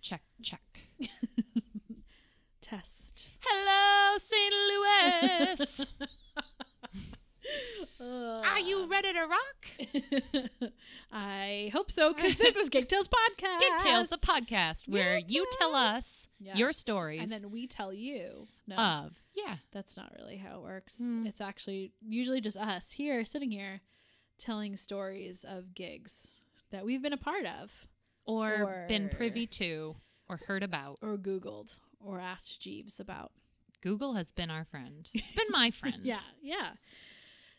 check, check. Test. Hello, St. Louis. Are Ugh. Ah, you ready to rock? I hope so, because this is Gig Tales Podcast. Gig Tales, the podcast where Yes, you tell yes. us your stories And then we tell you. No, of. Yeah. that's not really how it works. Hmm. It's actually usually just us here, sitting here, telling stories of gigs that we've been a part of, Or, been Or- privy to or heard about. or Googled, or asked Jeeves about. Google has been our friend. It's been my friend. Yeah, yeah.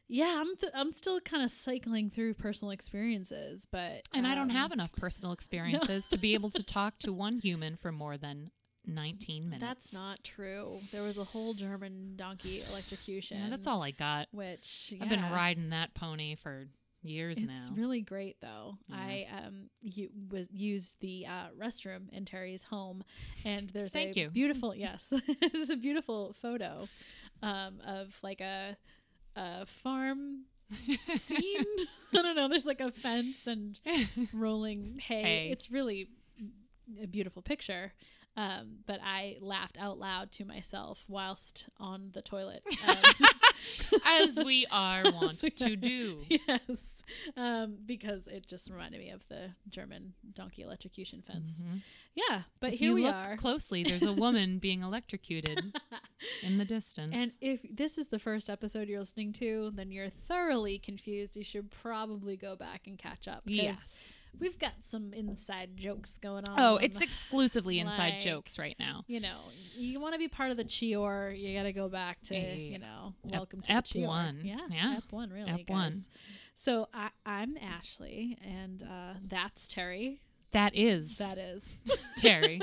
Yeah, I'm th- I'm still kind of cycling through personal experiences, but And I don't um, have enough personal experiences to be able to talk to one human for more than 19 minutes. That's not true. There was a whole German donkey electrocution. Yeah, that's all I got. Which I've been yeah, riding that pony for years It's now. really great though. Yeah. I um you was used the uh, restroom in Terry's home, and there's Thank a you. beautiful yes, there's a beautiful photo, um of like a a farm scene. I don't know. There's like a fence and rolling hay. Hay. It's really a beautiful picture. Um, but I laughed out loud to myself whilst on the toilet. Um, As we are wont we to are. do. yes, um, because it just reminded me of the German donkey electrocution fence. Mhm. Yeah, but if here you we look are. closely, there's a woman being electrocuted in the distance. and if this is the first episode you're listening to, then you're thoroughly confused. You should probably go back and catch up. 'cause yes. we've got some inside jokes going on. Oh, it's exclusively inside Um, like- jokes right now. you know, you want to be part of the Chior, you got to go back to, Yeah, yeah, yeah. you know, Ep- welcome to Ep the Chior. one. Yeah, Yeah. Ep one, really. Ep one. guys. So I, I'm Ashley, and uh, that's Terry. That is That is. Terry.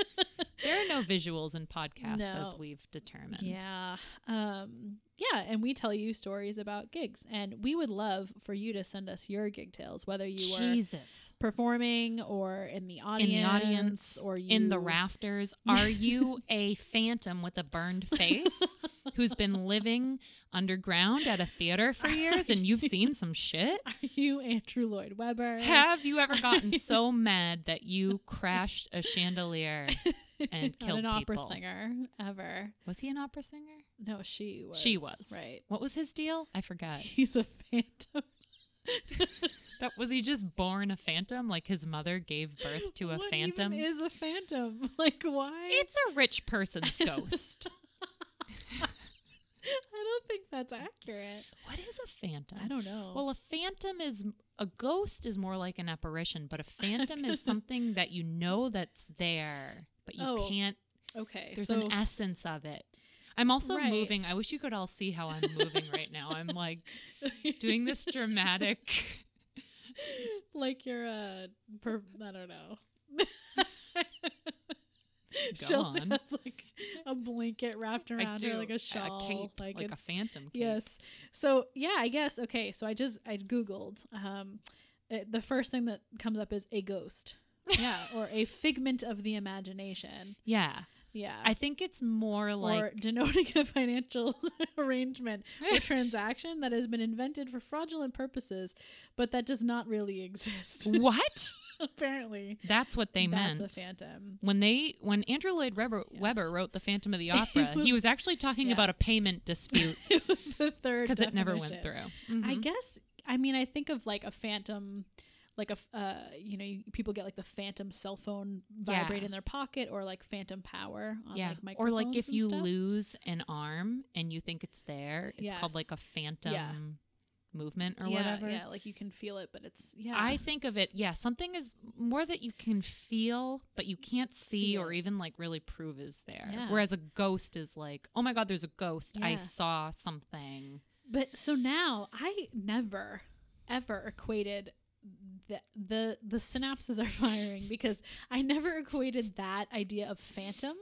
there are no visuals in podcasts as No. we've determined. yeah. Um, yeah, and we tell you stories about gigs, and we would love for you to send us your gig tales, whether you were Jesus. performing or in the in audience, the audience or you, in the rafters are you a phantom with a burned face who's been living underground at a theater for years and you've seen some shit Are you Andrew Lloyd Webber? have you ever gotten so mad that you crashed a chandelier and Not killed an opera people? singer ever. was he an opera singer No, she was. She was. Right. what was his deal i forgot He's a phantom. that was he just born a phantom like his mother gave birth to a What even phantom is a phantom. Like why? it's a rich person's ghost I don't think that's accurate. what is a phantom I don't know. Well, a phantom is a ghost is more like an apparition, but a phantom is something that you know that's there, but you Oh, can't. okay. There's so an essence of it. I'm also Right. moving. I wish you could all see how I'm moving right now. I'm like doing this dramatic. like you're a per- I don't know. Go Chelsea on. has like a blanket wrapped I around do her, like a shawl, cape, like, like, a it's phantom. Cape. Yes. So yeah, I guess okay. So I just I googled. Um, it, the first thing that comes up is a ghost. Yeah, or a figment of the imagination. Yeah. Yeah. I think it's more Uh, or like denoting a financial arrangement or transaction that has been invented for fraudulent purposes, but that does not really exist. what? Apparently, That's what Mm. they that's meant. a phantom. when they when Andrew Lloyd Webber, Yes. Webber wrote The Phantom of the Opera, he was actually talking yeah. about a payment dispute It was the third because it never went definition. through. I Mhm. guess. I mean, I think of like a phantom, like a f- uh, you know, you, people get like the phantom cell phone vibrate Yeah. in their pocket, or like phantom power on yeah, like or microphones. like if and you stuff. lose an arm and you think it's there, it's called like a Yes. phantom movement or yeah, whatever. yeah, like you can feel it, but it's yeah. I think of it, yeah, something is more that you can feel, but you can't see See or it. even like really prove is there. Yeah. Whereas a ghost is like, oh my God, there's a ghost. I Yeah. saw something. But so now I never ever equated the the the synapses are firing because I never equated that idea of phantom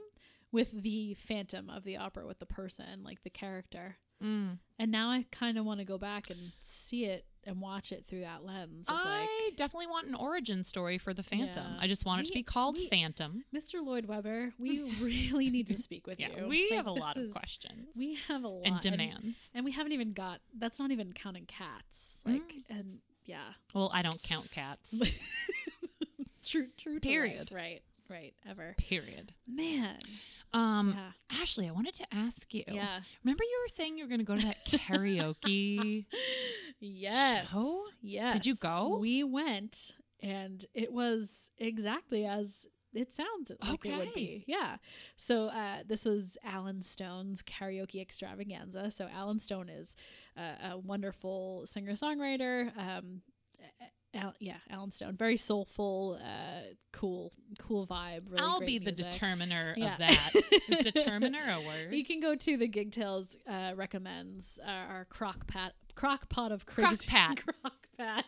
with the phantom of the opera with the person, like the character. Mm. And now I kind of want to go back and see it and watch it through that lens of like I definitely want an origin story for the phantom. Yeah. I just want it to We- be called we- Phantom. Mr. Lloyd Webber, we really need to speak with Yeah, you. we Like, have a this lot of is- questions We have a lot and demands. And we haven't even got that's not even counting cats. Like Mm. and yeah. well, I don't count cats. true true to life, Period. right right ever. Period. Man. Um, yeah. Ashley, I wanted to ask you. Remember you were saying you were going to go to that karaoke? Yes. Show? Yes. you go? We went and it was exactly as it sounds like it would be. Okay. Yeah. So uh, this was Alan Stone's karaoke extravaganza. So Alan Stone is uh, a wonderful singer songwriter. Um, Al- yeah, Alan Stone, very soulful, uh, cool, cool vibe. Really I'll great be the music. determiner Yeah. of that. Is determiner a word? You can go to the Gig Tales uh, recommends uh, our crock pot, crock pot of Crock crazy pat. crock pat.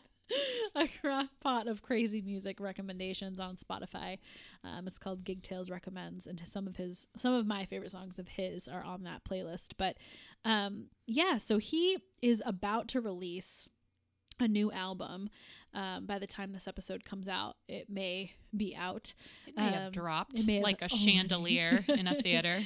A crock pot of crazy music recommendations on Spotify. Um, it's called Gig Tales Recommends, and some of his, some of my favorite songs of his are on that playlist. But um, yeah, so he is about to release a new album. Um, by the time this episode comes out, it may be out. It may Um, have dropped it may have like a already- chandelier in a theater.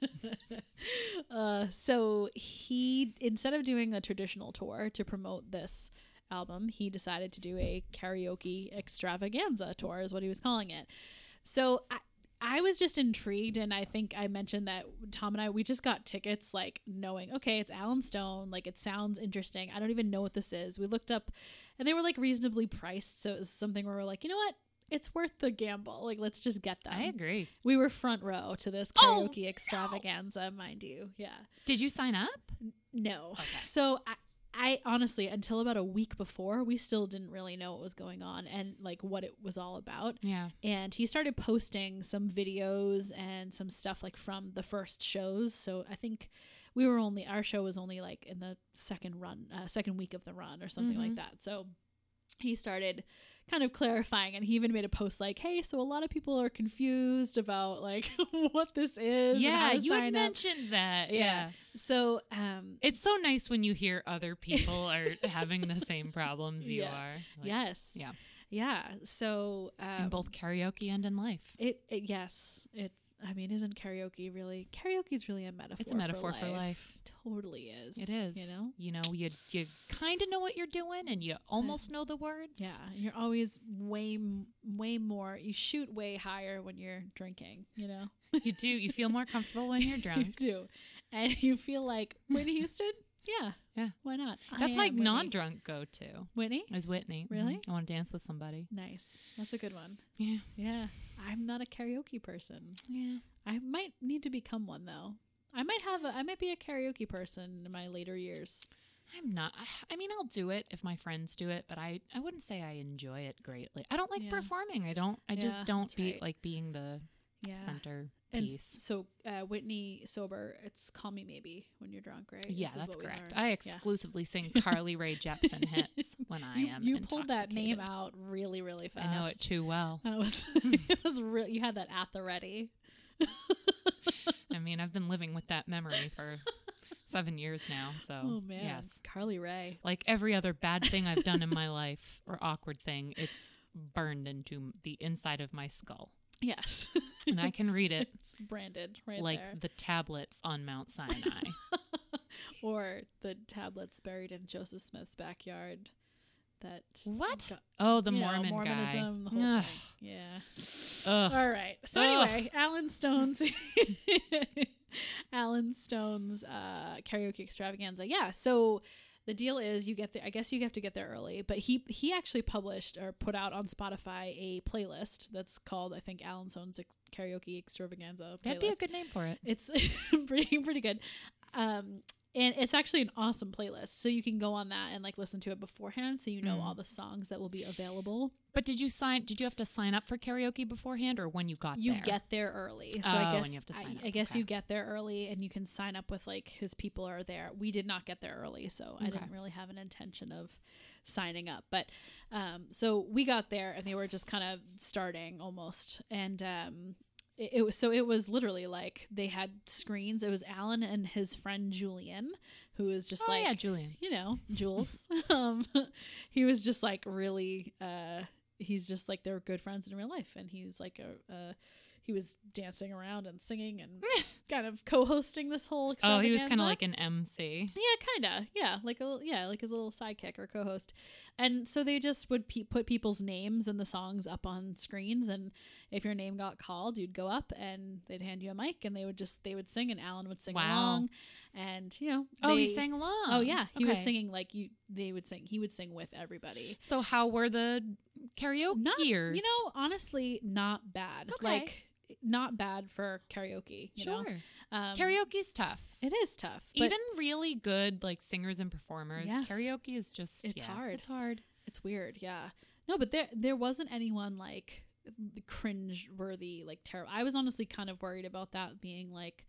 uh, so he instead of doing a traditional tour to promote this album, he decided to do a karaoke extravaganza tour is what he was calling it. So I I was just intrigued and I think I mentioned that Tom and I we just got tickets like knowing, okay, it's Alan Stone, like it sounds interesting. I don't even know what this is. We looked up and they were like reasonably priced, so it was something where we're like, you know what? It's worth the gamble. Like let's just get them. I agree. We were front row to this Oh, karaoke extravaganza, mind you. Yeah. Did you sign up? No. Okay. So I, I honestly, until about a week before, we still didn't really know what was going on and like what it was all about. Yeah. And he started posting some videos and some stuff like from the first shows. So I think we were only our show was only like in the second run, uh, second week of the run or something like Mhm. that. So he started kind of clarifying and he even made a post like, "Hey, so a lot of people are confused about like what this is." and how Yeah, to you had sign up." mentioned that. Yeah. Yeah. So um, It's so nice when you hear other people are having the same problems you Yeah. are. Like, yes, yeah. yeah. So um, In both karaoke and in life. It, it yes, it. I mean, isn't karaoke really? Karaoke is really a metaphor. It's a metaphor for for life. life. Totally is. It is. You know. You know, you you kind of know what you're doing and you almost know the words. Yeah, you're always way m- way more. You shoot way higher when you're drinking. You know. You do. You feel more comfortable when you're drunk. you do, and you feel like Whitney Houston. Yeah. Yeah. Why not? I That's my am Whitney. non-drunk go-to Whitney. is Whitney. Really? Mhm. I want to dance with somebody. Nice. That's a good one. Yeah. Yeah. I'm not a karaoke person. Yeah. I might need to become one though. I might have a I might be a karaoke person in my later years. I'm not. I- I mean, I'll do it if my friends do it, but I, I wouldn't say I enjoy it greatly. I don't like Yeah. performing. I don't. I Yeah, just don't that's be right. like being the Yeah. center And piece. s- so uh, Whitney sober, it's call me maybe when you're drunk, right? yeah, This is that's what we correct. learned. I Yeah. exclusively sing Carly Rae Jepsen hits when I you, am. you pulled that name intoxicated. out really, really fast. I know it too well. That was it was real. You had that at the ready. I mean, I've been living with that memory for seven years now. So Oh man, yes, Carly Ray. like every other bad thing I've done in my life or awkward thing, it's burned into m- the inside of my skull, Yes, and I can read it It's branded right like there, the tablets on Mount Sinai. or the tablets buried in Joseph Smith's backyard. That What? got- Oh, the you know, Mormon guy. Mormonism, the whole Ugh. thing. Yeah. Ugh. All right. So Ugh. anyway, Alan Stone's Alan Stone's uh, karaoke extravaganza. Yeah. So the deal is you get there. I guess you have to get there early. But he he actually published or put out on Spotify a playlist that's called I think Alan Stone's ex- karaoke extravaganza. Playlist. That'd be a good name for it. It's pretty pretty good. Um and it's actually an awesome playlist. So you can go on that and like listen to it beforehand so you know Mm. all the songs that will be available. But did you sign? Did you have to sign up for karaoke beforehand, or when you got you there? get there early. So Oh, I and guess you have to I- sign up. I, guess Okay. you get there early and you can sign up with like his people are there. We did not get there early, so I Okay. didn't really have an intention of signing up. But um so we got there and they were just kind of starting almost and um it, it was so it was literally like they had screens. It was Alan and his friend Julian who was just Oh like yeah, Julian. you know, Jules. um, he was just like really, uh, he's just like they're good friends in real life, and he's like a, a he was dancing around and singing and kind of co-hosting this whole. Oh, he was extravaganza. kind of like an MC. Yeah, kind of. Yeah, like a little- yeah, like his little sidekick or co-host. And so they just would pe- put people's names and the songs up on screens, and if your name got called, you'd go up and they'd hand you a mic, and they would just they would sing, and Alan would sing Wow. along, and you know. Oh, he they- sang along. Oh yeah, he was Okay. singing like you. They would sing. He would sing with everybody. So how were the karaoke Not- years? You know, honestly, not bad. Okay. Like not bad for karaoke. You sure. Know? Um, Karaoke's tough. It is tough. But Even really good like singers and performers, Yes. karaoke is just It's yeah, hard. It's hard. It's weird, yeah. No, but there there wasn't anyone like cringe worthy, like terrible. I was honestly kind of worried about that being like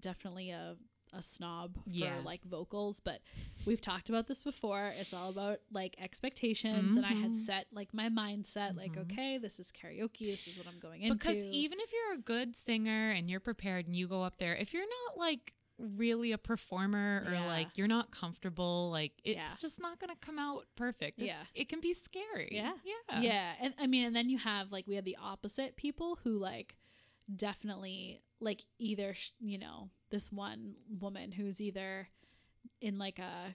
definitely a a snob for Yeah. like vocals, but we've talked about this before. It's all about like expectations, and I had Mhm. set like my mindset, like Mhm. okay, this is karaoke, this is what I'm going into. Because even if you're a good singer and you're prepared and you go up there, if you're not like really a performer or Yeah. like you're not comfortable, like it's Yeah. just not gonna come out perfect. It's, It can be scary. Yeah. Yeah. yeah. and I mean, and then you have like we had the opposite people who like definitely like either sh- you know this one woman who's either in like a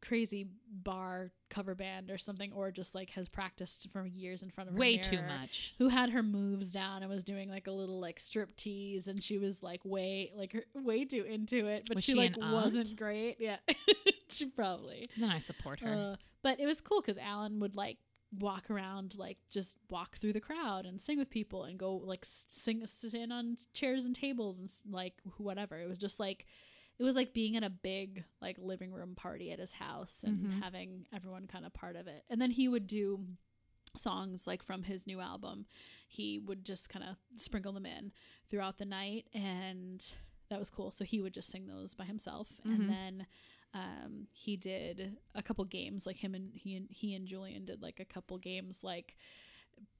crazy bar cover band or something, or just like has practiced for years in front of her Way too mirror, much. Who had her moves down and was doing like a little like strip tease, and she was like way like her, way too into it, but Was she, she like an aunt? wasn't great. Yeah, she probably. Then I support her. Uh, but it was cool because Alan would like walk around, like just walk through the crowd and sing with people and go like s- sing, sit on chairs and tables and s- like whatever. It was just like, it was like being at a big like living room party at his house and Mhm. having everyone kind of part of it. And then he would do songs like from his new album. He would just kind of sprinkle them in throughout the night and that was cool. So he would just sing those by himself, Mhm. and then um, he did a couple games. Like him and he and he and Julian did like a couple games. Like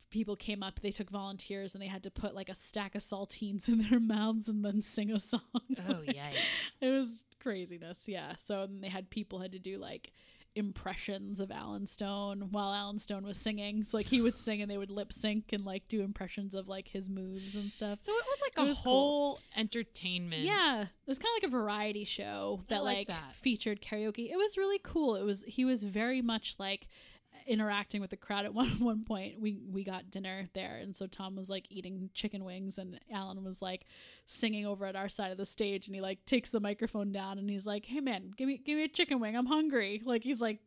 people came up, they took volunteers, and they had to put like a stack of saltines in their mouths and then sing a song. oh yikes. it was craziness. Yeah. So and they had people had to do like impressions of Alan Stone while Alan Stone was singing. So like he would sing and they would lip sync and like do impressions of like his moves and stuff. So it was like It a was cool. whole entertainment. Yeah, it was kind of like a variety show that like like, that. featured karaoke. It was really cool. It was he was very much like interacting with the crowd at one one point. We we got dinner there and so Tom was like eating chicken wings and Alan was like singing over at our side of the stage and he like takes the microphone down and he's like, "Hey man, give me give me a chicken wing. I'm hungry." Like he's like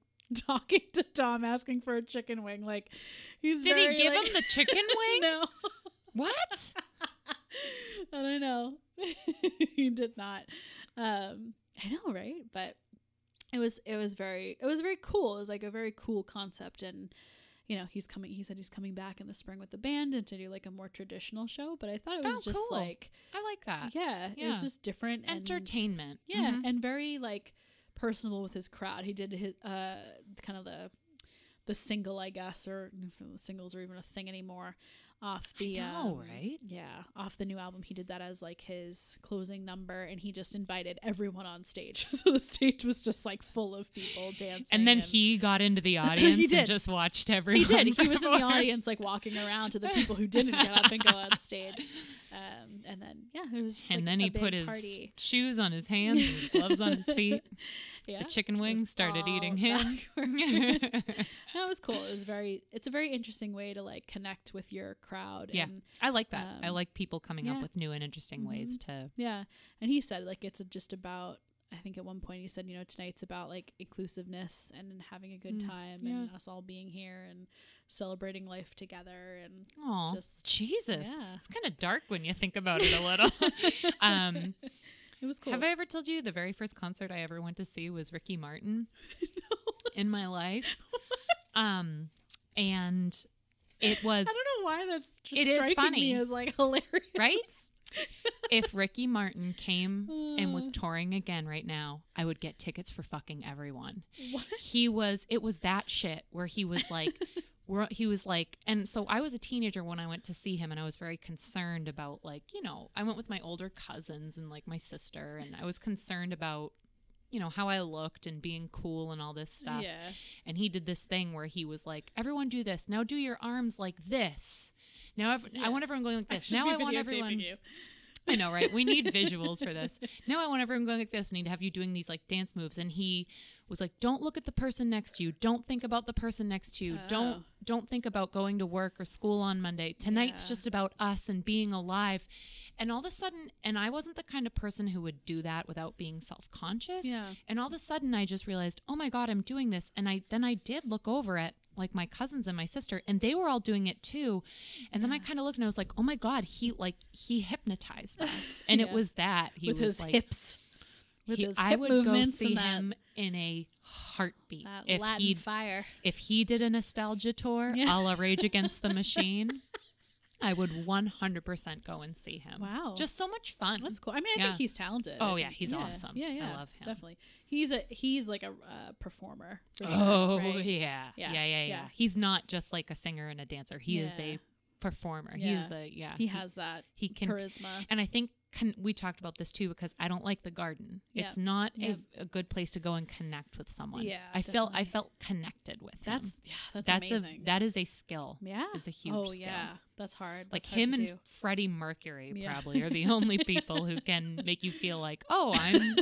talking to Tom asking for a chicken wing like he's Did very, he give like- him the chicken wing? No. What? I don't know. he did not. Um, I know, right? But it was it was very it was very cool. It was like a very cool concept, and you know he's coming. He said he's coming back in the spring with the band and to do like a more traditional show. But I thought it was Oh, just cool. like I like that. yeah, it was Yeah. just different and Entertainment. yeah, Mhm. and very like personable with his crowd. He did his uh kind of the the single, I guess, or I don't know if singles are even a thing anymore. Off the know, um, right? Yeah, off the new album, he did that as like his closing number, and he just invited everyone on stage. so the stage was just like full of people dancing. And then he got into the audience did. and just watched he everyone. did. He was in the perform. audience, like walking around to the people who didn't get up and go on stage. Um, and then yeah, it was. Just, And like, then a he big put his party. shoes on his hands and his gloves on his feet. yeah. The chicken was wing started eating all him. backwards. that was cool. It was very. It's a very interesting way to like connect with your crowd. Yeah. And, I like that. I Um, like people coming yeah. Mm-hmm. up with new and interesting ways to. yeah. And he said like it's just about. I think at one point he said, you know, tonight's about like inclusiveness and having a good Mm, time and us all being here and celebrating life together and Oh, Just- Jesus. yeah. It's kind of dark when you think about it a little. um, it was cool. Have I ever told you the very first concert I ever went to see was Ricky Martin in my life? Um, and it was I don't know why that's just It is striking funny. me as like hilarious. right. if Ricky Martin came and was Uh. touring again right now, I would get tickets for fucking everyone. What? He was. It was that shit where he was like. where He was like, and so I was a teenager when I went to see him, and I was very concerned about, like, you know, I went with my older cousins and like my sister, and I was concerned about, you know, how I looked and being cool and all this stuff. Yeah. And he did this thing where he was like, everyone do this. Now do your arms like this. Now I've, Yeah. I want everyone going like this. should now be I want videotaping everyone. you. I know, right? We need visuals for this. Now I want everyone going like this. I need to have you doing these like dance moves. And he was like, "Don't look at the person next to you. Don't think about the person next to you. Oh. Don't don't think about going to work or school on Monday. Tonight's Yeah. just about us and being alive." And all of a sudden, and I wasn't the kind of person who would do that without being self conscious. Yeah. And all of a sudden, I just realized, oh my god, I'm doing this. And I then I did look over at like my cousins and my sister, and they were all doing it too. And then I kind of looked and I was like, oh my god, he like he hypnotized us, and it Yeah. was that he with was his like, hips. With he- his I hip would go movements see and that- him in a heartbeat That if Latin he fire. if he did a nostalgia tour, Yeah. a la Rage Against the Machine. I would 100% go and see him. Wow. Just so much fun. That's cool. I mean, I Yeah. think he's talented. Oh, I yeah, think- he's awesome. Yeah, I yeah, love him. Definitely. He's a he's like a uh, performer. for sure, Oh right? yeah. Yeah, Yeah. yeah, yeah, yeah. He's not just like a singer and a dancer. He is Yeah. a performer. He is Yeah. a yeah. he has that he can charisma. and I think con- we talked about this too because I don't like the garden. Yeah. It's not Yeah. a, a good place to go and connect with someone. Yeah, I felt I definitely. felt connected with him. That's yeah, that's, that's amazing. a that is a skill. yeah, It's a huge oh skill. yeah, that's hard. Like That's hard him to and do. Freddie Mercury Yeah. probably are the only people who can make you feel like, oh, I'm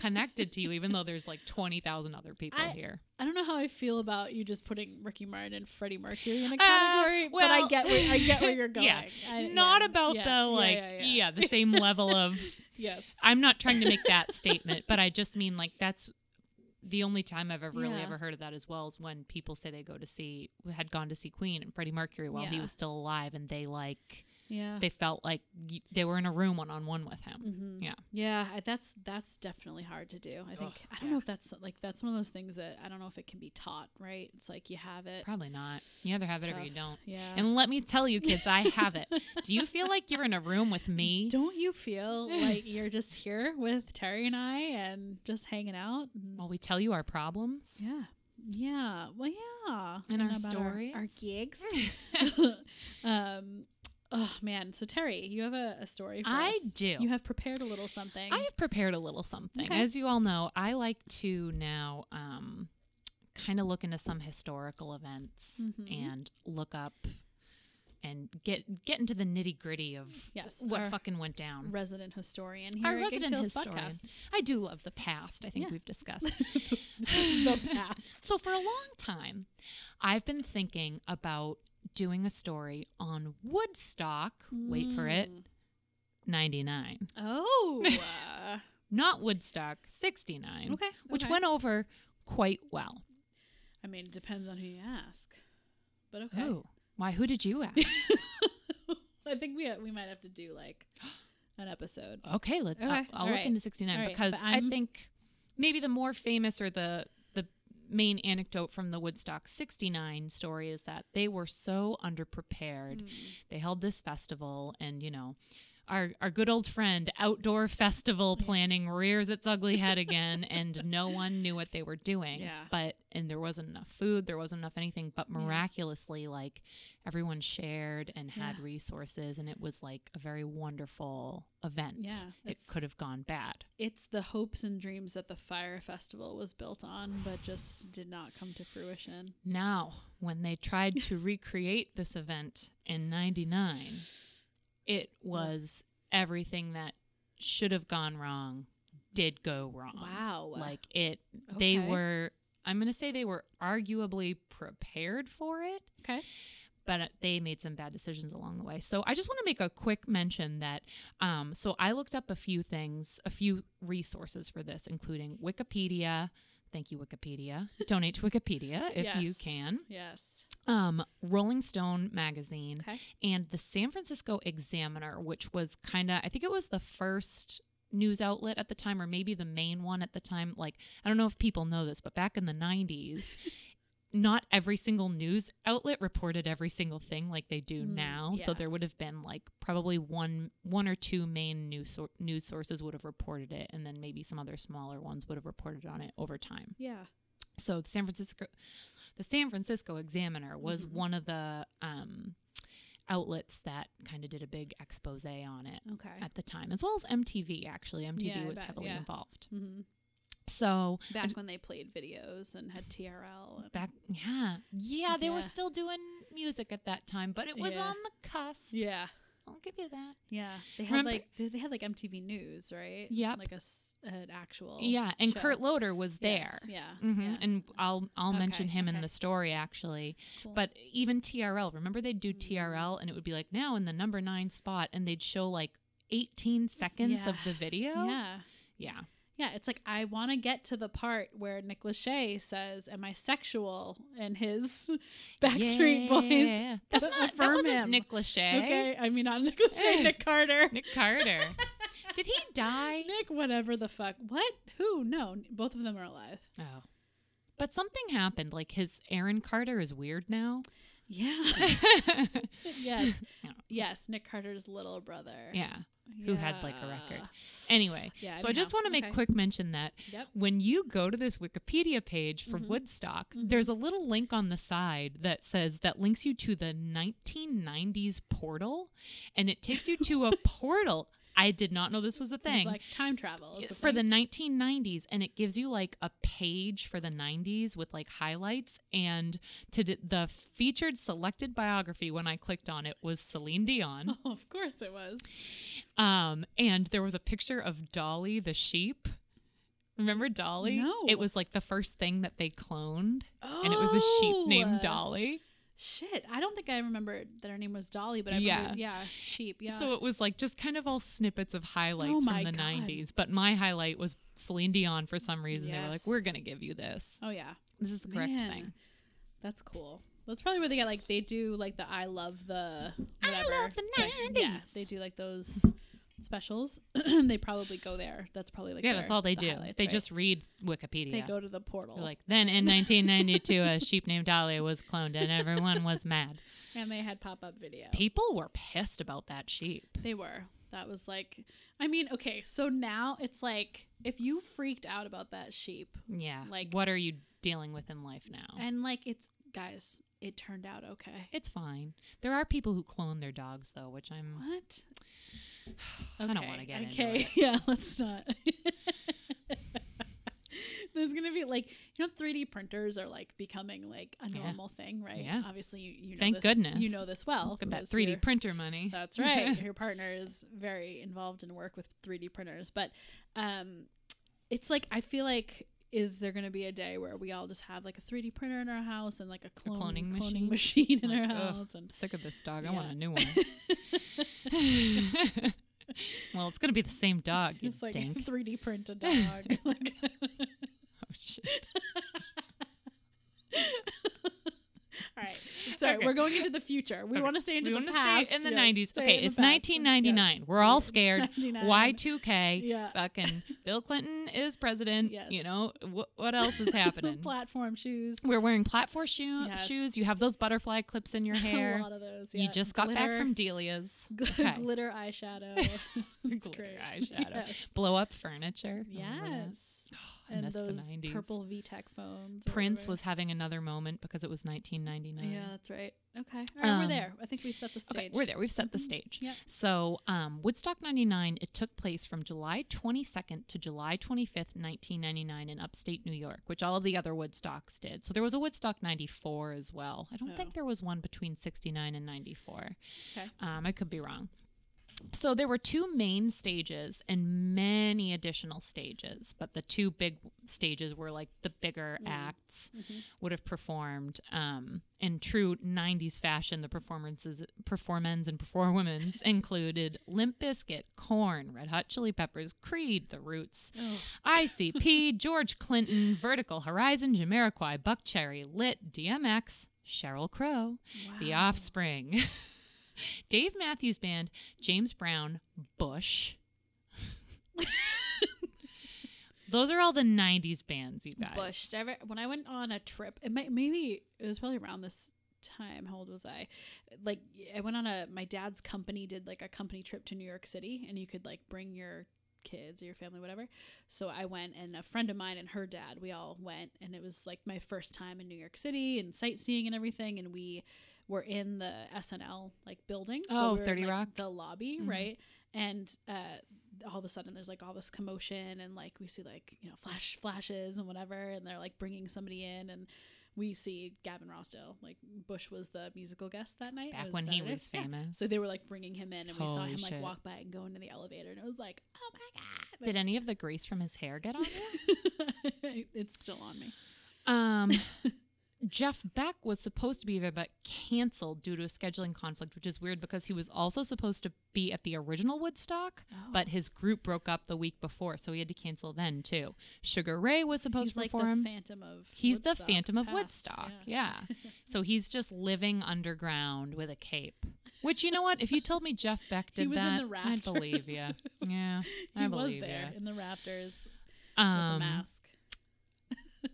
connected to you, even though there's like twenty thousand other people I- here. I don't know how I feel about you just putting Ricky Martin and Freddie Mercury in a Uh, category, but I well- get where I get where you're going. Yeah. I- Not Uh, yeah, about yeah, the yeah, like, yeah, yeah. yeah, the same level of yes, I'm not trying to make that statement, but I just mean like that's the only time I've ever really Yeah. ever heard of that as well is when people say they go to see had gone to see Queen and Freddie Mercury while he Yeah. was still alive, and they like yeah. they felt like y- they were in a room one on one with him. Mm-hmm. Yeah. Yeah, I, that's that's definitely hard to do. I think Ugh, I don't yeah. know if that's like that's one of those things that I don't know if it can be taught, right? It's like you have it. Probably not. You either have it's it or you tough. don't. Yeah. And let me tell you, kids, I have it. Do you feel like you're in a room with me? don't you feel like you're just here with Terry and I and just hanging out? And- While we tell you our problems, yeah. Yeah. Well, yeah. And our about stories. Our, gigs. um Oh man, so Terry, you have a, a story for I us. do. You have prepared a little something. I have prepared a little something. Okay. As you all know, I like to now um, kind of look into some historical events Mhm. and look up and get get into the nitty gritty of Yes, what our fucking went down. resident historian here Our at Gig resident Tales historian. podcast. I do love the past. I think Yeah. we've discussed. the past. so for a long time, I've been thinking about doing a story on Woodstock. Wait for it, Mm. ninety nine. Oh. uh, Not Woodstock, sixty nine. okay. Which okay. went over quite well. I mean, it depends on who you ask. But okay. Oh, why? Who did you ask? I think we uh, we might have to do like an episode. okay, let's. I'll- Okay, I'll, all look right. into sixty nine All right, because but I I'm- think maybe the more famous or the the main anecdote from the Woodstock sixty nine story is that they were so underprepared. Mm. They held this festival, and you know. Our, our good old friend outdoor festival planning rears its ugly head again and no one knew what they were doing Yeah. but and there wasn't enough food there wasn't enough anything but miraculously like everyone shared and had Yeah. resources and it was like a very wonderful event Yeah, it it's- could have gone bad It's the hopes and dreams that the fire festival was built on, but just did not come to fruition. now when they tried to recreate this event in 99 it was everything that should have gone wrong did go wrong Wow. like it they Okay. were i'm going to say they were arguably prepared for it okay. but uh, they made some bad decisions along the way. So I just want to make a quick mention that um, so I looked up a few things, a few resources for this, including Wikipedia. Thank you, Wikipedia. Donate to Wikipedia if you Yes. can. Yes. Um, Rolling Stone magazine Okay. and the San Francisco Examiner, which was kind of, I think it was the first news outlet at the time, or maybe the main one at the time. Like, I don't know if people know this, but back in the 90s, not every single news outlet reported every single thing like they do Mm, now. So yeah. there would have been like probably one one or two main news sor- news sources would have reported it and then maybe some other smaller ones would have reported on it over time. Yeah. So the San Francisco, the San Francisco Examiner was Mhm. one of the um, outlets that kind of did a big expose on it Okay. at the time, as well as MTV. Actually, MTV Yeah, I was bet, heavily yeah. involved. Mm-hmm. So Back when they played videos and had TRL. and- back, yeah, yeah, they Yeah. were still doing music at that time, but it was Yeah. on the cusp. yeah. I'll give you that. Yeah. They had Remember- like they they had like MTV News, right? Yep. Like a s- an actual yeah, and show. Kurt Loder was there. Yes, Yeah. Mhm, yeah. And I'll I'll mention Okay, him okay. in the story actually. Cool. Mm-hmm. But even TRL, remember they'd do TRL and it would be like now in the number nine spot, and they'd show like 18 seconds of yeah. the video. yeah. yeah, Yeah, it's like I want to get to the part where Nick Lachey says, "Am I sexual?" and his Backstreet Boys. Yeah. That's not that affirm wasn't him. Nick Lachey. Okay, I mean not Nick Eh. Lachey, Nick Carter, Nick Carter. Did he die? Nick, whatever the fuck. What? Who? No, both of them are alive. Oh. But something happened. Like his Aaron Carter is weird now. Yeah. yes. Yes, Nick Carter's little brother. yeah. who had, like, a record. Yeah. Anyway, Yeah. so I just anyhow. want to make Okay. quick mention that Yep. when you go to this Wikipedia page for Mhm. Woodstock, Mhm. there's a little link on the side that says that links you to the 1990s portal, and it takes you to a portal. I did not know this was a It was thing. like time travel is for the thing. 1990s and it gives you like a page for the 90s with like highlights and to d- the featured selected biography when i clicked on it was celine dion Oh, of course it was. um and there was a picture of dolly the sheep remember dolly No. it was like the first thing that they cloned and it was a sheep Oh. named dolly Shit, I don't think I remember that her name was Dolly, but I remember, yeah, sheep, yeah. Oh So it was like just kind of all snippets of highlights my from the God. 90s. But my highlight was Celine Dion for some reason. They were Yes. like, we're going to give you this. oh yeah, This is the correct Man. thing. that's cool. That's probably where they get like they do like the I love the I whatever. love the thing. Yeah, 90s. they do like those specials. they probably go there. That's probably like yeah, their- that's all they the do. highlights, They right? just read Wikipedia. they go to the portal They're like, then in 1992, a sheep named Dolly was cloned and everyone was mad. and they had pop up video. People were pissed about that sheep. They were. That was like, I mean, okay, so now it's like if you freaked out about that sheep, Yeah. Like- what are you dealing with in life now? and like it's guys, it turned out okay. it's fine. There are people who clone their dogs, though, which I'm. What? I don't wanna get into Okay, it. yeah, let's not. There's gonna be like you know, 3D printers are like becoming like a Yeah. normal thing, right? Yeah. Obviously, you, you know. Thank this, goodness. You know this well. Look at that 'cause 3D you're- printer money. That's right. Your partner is very involved in work with 3D printers, but um, it's like I feel like is there going to be a day where we all just have like a 3D printer in our house and like a, clone, cloning cloning machine? machine in Like, our ugh. house and I'm sick of this dog. I Yeah. want a new one. well, it's going to be the same dog. You it's like dink. 3D print a dog. Like, Oh, shit. all right, sorry, Okay. we're going into the future. We Okay. want to stay into we the want to past. stay in the Yeah, 90s. stay okay, in the it's past. 1999. Yes. We're all It's scared. 99. Y2K. Yeah. Fucking Bill Clinton is president. Yes. You know, what, what else is happening? Platform shoes. We're wearing platform shoe- Yes. shoes. You have those butterfly clips in your a hair. lot of those. You yeah. just got back Glitter. from Delia's. Gl- Okay. glitter eyeshadow. It's Glitter great. eyeshadow. Yes. Blow up furniture. Remember that? Yes. I and miss the those 90s. purple VTech phones. or Prince whatever. was having another moment because it was 1999. Yeah, that's right. Okay. All right, we're Um, there. I think we set the stage. Okay, we're there. We've set the Mhm. stage. Yep. So, um, Woodstock 99, it took place from July 22nd to July 25th, 1999, in upstate New York, which all of the other Woodstocks did. So, there was a Woodstock 94 as well. I don't Oh. think there was one between 69 and 94. Okay. Um, I could be wrong. So, there were two main stages and many additional stages, but the two big stages were like the bigger Mm. acts Mhm. would have performed um, in true 90s fashion the performances performance and performance included limp bizkit corn red hot chili peppers creed the roots Oh, icp george clinton vertical horizon jamiroquai buckcherry lit dmx cheryl crow the wow. offspring dave matthews band james brown bush those are all the 90s bands you guys Bush. Did I ever- when I went on a trip, it might maybe it was probably around this time. How old was I? Like I went on a my dad's company did like a company trip to New York City, and you could like bring your kids or your family, whatever. So I went, and a friend of mine and her dad, we all went, and it was like my first time in New York City and sightseeing and everything, and we were in the SNL like building. but Oh, we were in, 30 like, Rock? the lobby, Mhm. right? and uh, all of a sudden there's like all this commotion and like we see like you know flash flashes and whatever and they're like bringing somebody in and we see Gavin Rossdale like Bush was the musical guest that night It Back when he Saturday. was Yeah. famous. so they were like bringing him in and we saw Holy him like shit. walk by and go into the elevator and it was like oh my god Did any of the grease from his hair get on you? it's still on me Um, Jeff Beck was supposed to be there but canceled due to a scheduling conflict, which is weird because he was also supposed to be at the original Woodstock, Oh. but his group broke up the week before, so he had to cancel then too. Sugar Ray was supposed he's to like the perform. phantom of he's the Woodstock's Phantom of past. Woodstock. yeah. Yeah. so he's just living underground with a cape. Which you know what? If you told me Jeff Beck He did was in that, the I'd believe you. rafters. Yeah, I he was believe there you. in the Raptors with a Um, mask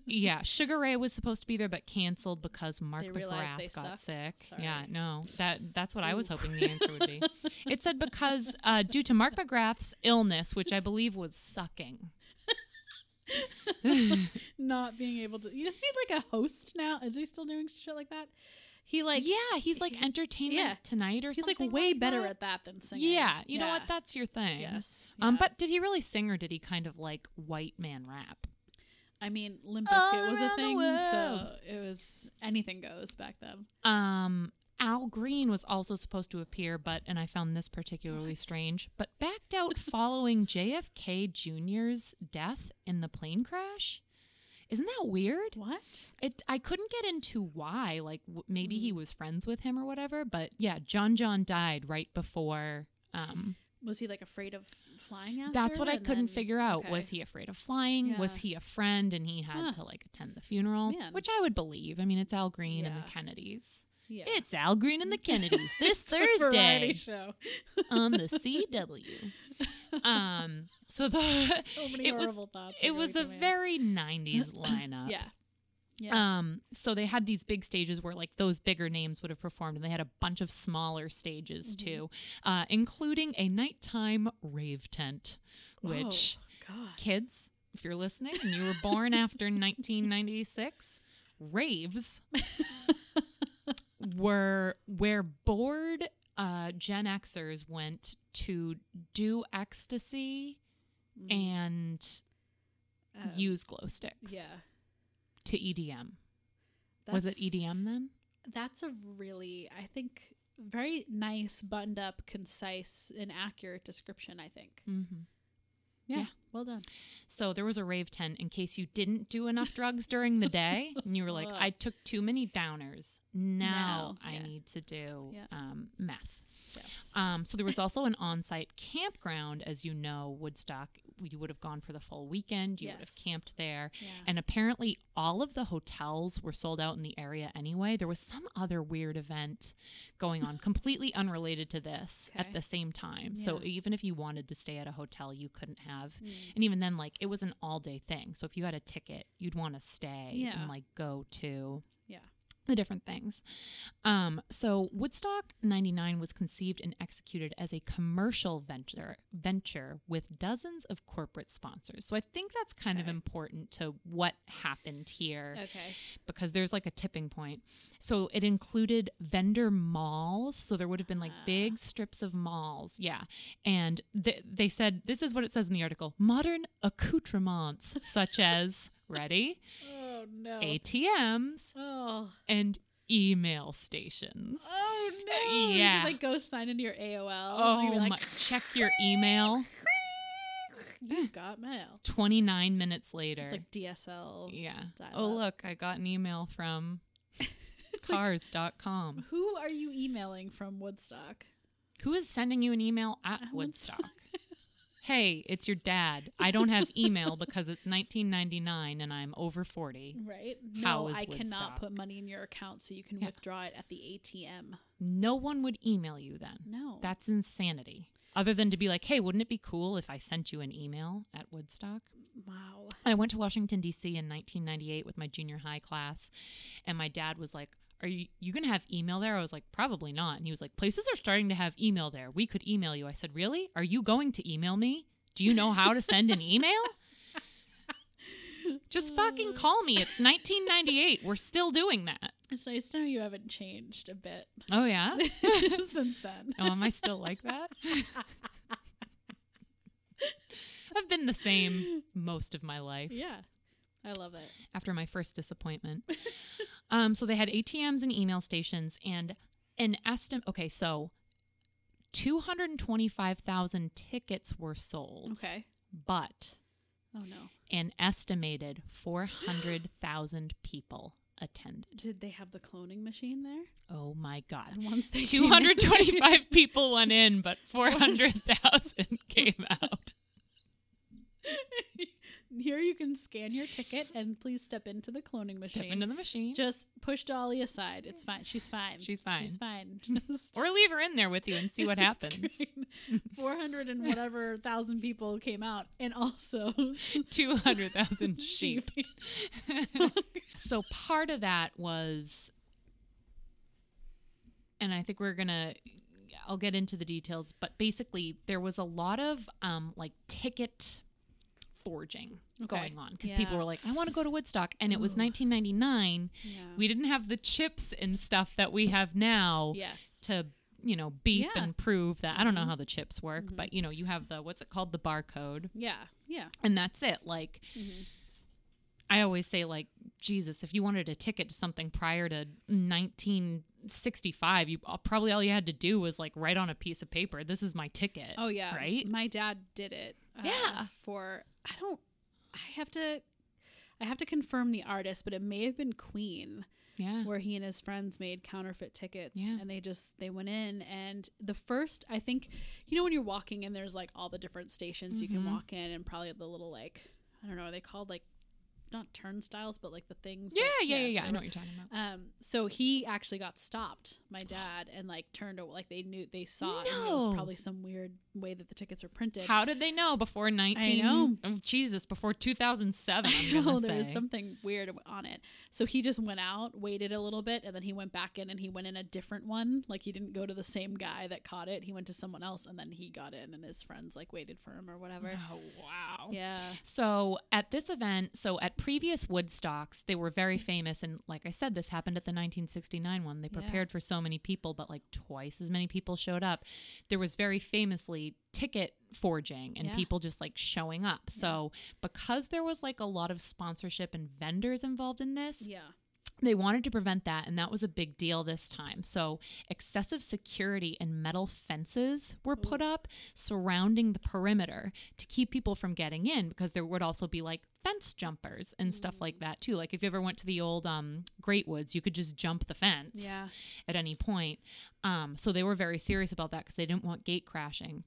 yeah, Sugar Ray was supposed to be there but canceled because Mark They realized McGrath they got sucked? sick. Sorry. Yeah, no, that that's what I was Ooh. hoping the answer would be. it said because uh, due to Mark McGrath's illness, which I believe was sucking. not being able to you just need like a host now is he still doing shit like that he like yeah, he's like he- entertainment yeah. tonight or he's like something. way better that. at that than singing Yeah, you know what? Yeah. That's your thing. yes Um, yeah. but did he really sing or did he kind of like white man rap? I mean, Limp All Bizkit was around a the thing, so world. it was anything goes back then. Um, Al Green was also supposed to appear, but and I found this particularly strange, but backed out following JFK Jr.'s death in the plane crash. Isn't that weird? What? It I couldn't get into why. Like w- maybe Mm. he was friends with him or whatever. But yeah, John John died right before. Um, Was he like afraid of flying after? that's what I and couldn't then- figure out. okay. Was he afraid of flying? Was Yeah. he a friend and he had Huh. to like attend the funeral? Man. Which I would believe. I mean, it's Al Green and Yeah. the Kennedys. Yeah. It's Al Green and the Kennedys this It's a variety Thursday show. on the CW. Um, so the So many It was- horrible thoughts. are it was a going through my head. very '90s lineup. yeah. Yes. Um, so they had these big stages where like those bigger names would have performed, and they had a bunch of smaller stages Mhm. too, uh, including a nighttime rave tent, which oh, God. kids, if you're listening and you were born after 1996, raves were where bored uh, Gen Xers went to do ecstasy Mm, and um, use glow sticks Yeah. to EDM. Was it E That's- EDM then? That's a really, I think, very nice, buttoned up, concise, and accurate description. I think. Mm-hmm. Yeah. Well done. So there was a rave tent in case you didn't do enough drugs during the day and you were like, Ugh. I took too many downers. Now, Now I yeah. need to do Yeah. um, meth. Yes. Um, so there was also an on-site campground, as you know, Woodstock. You would have gone for the full weekend. You would have Yes. camped there, Yeah. and apparently all of the hotels were sold out in the area anyway. There was some other weird event going on, completely unrelated to this, Okay. at the same time. So Yeah. even if you wanted to stay at a hotel, you couldn't have. Mm. And even then, like it was an all-day thing. So if you had a ticket, you'd want to stay Yeah. and like go to Yeah. the different things. Um, so Woodstock 99 was conceived and executed as a commercial venture venture with dozens of corporate sponsors. So I think that's kind of Okay. important to what happened here Okay. because there's like a tipping point. So it included vendor malls. So there would have been like Ah. big strips of malls. Yeah. And th- they said, this is what it says in the article modern accoutrements, such as, ready, Oh no. ATMs Oh. and email stations. Oh Uh, no. yeah. You could, like go sign into your AOL. Oh, and you'd be like, my. Check your email. You got mail. 29 minutes later. It's like DSL. yeah. dial Oh, up. look, I got an email from cars.com. Who are you emailing from Woodstock? Who is sending you an email at At Woodstock? Woodstock. hey, it's your dad. I don't have email because it's 1999 and I'm over 40. Right? How No, is I Woodstock? cannot put money in your account so you can Yeah. withdraw it at the ATM. No one would email you then. No. That's insanity. Other than to be like, hey, wouldn't it be cool if I sent you an email at Woodstock? wow. I went to Washington D.C. in 1998 with my junior high class, and my dad was like, "Are you you gonna have email there?" I was like, "Probably not." And he was like, "Places are starting to have email there. We could email you." I said, "Really? Are you going to email me? Do you know how to send an email?" Just fucking call me. It's 1998. We're still doing that. It's nice to know you haven't changed a bit Oh yeah. since then. Oh, am I still like that? I've been the same most of my life. Yeah. I love it. After my first disappointment. um, so they had ATMs and email stations and an estimate. Okay, so 225,000 tickets were sold. Okay. But Oh no. an estimated 400,000 people attended. Did they have the cloning machine there? Oh my God. And once they came in- 225 people went in, but 400,000 came out. Here you can scan your ticket and please step into the cloning machine. Step into the machine. Just push Dolly aside. It's fine. She's fine. She's fine. She's fine. Just- or leave her in there with you and see what It's happens. great. 400 and whatever thousand people came out, and also 200,000 sheep. so part of that was, and I think we're going to, I'll get into the details, but basically there was a lot of um, like ticket forging Okay. going on because people Yeah. were like, I want to go to Woodstock. And it was Ooh. 1999. Yeah. We didn't have the chips and stuff that we have now yes. to you know beep Yeah. Mm-hmm. and prove that i don't know how the chips work but you know you have the what's it called the barcode Yeah. Yeah. and that's it like i always say like jesus if you wanted a ticket to something prior to 1965 you all- probably all you had to do was like write on a piece of paper this is my ticket Oh yeah. right My dad did it. uh, Yeah. For I don't. I have to. I have to confirm the artist, but it may have been Queen. yeah where he and his friends made counterfeit tickets Mm. Yeah. and they just they went in and the first i think you know when you're walking in there's like all the different stations you can Mhm. walk in and probably the little like i don't know are they called like not turnstiles but like the things yeah that- yeah yeah yeah i they know were- what you're talking about um so he actually got stopped my dad and like turned away like they knew they saw it and it was No. probably some weird way that the tickets were printed how did they know before 19 know. oh, jesus before 2007 I i'm know gonna Oh, there was say. something weird on it. So he just went out, waited a little bit, and then he went back in and he went in a different one. Like he didn't go to the same guy that caught it. He went to someone else and then he got in and his friends like waited for him or whatever. oh wow Yeah. So at this event, so at previous Woodstocks, they were very famous. And like I said, this happened at the 1969 one. They Yeah. prepared for so many people, but like twice as many people showed up. There was very famously ticket forging and Yeah. people just like showing up. So because there was like a lot of sponsorship and vendors involved in this, Yeah. they wanted to prevent that, and that was a big deal this time. So, excessive security and metal fences were put up surrounding the perimeter to keep people from getting in because there would also be like fence jumpers and stuff like that, too. Like, if you ever went to the old um, Great Woods, you could just jump the fence Yeah. at any point. Um, so, they were very serious about that because they didn't want gate crashing.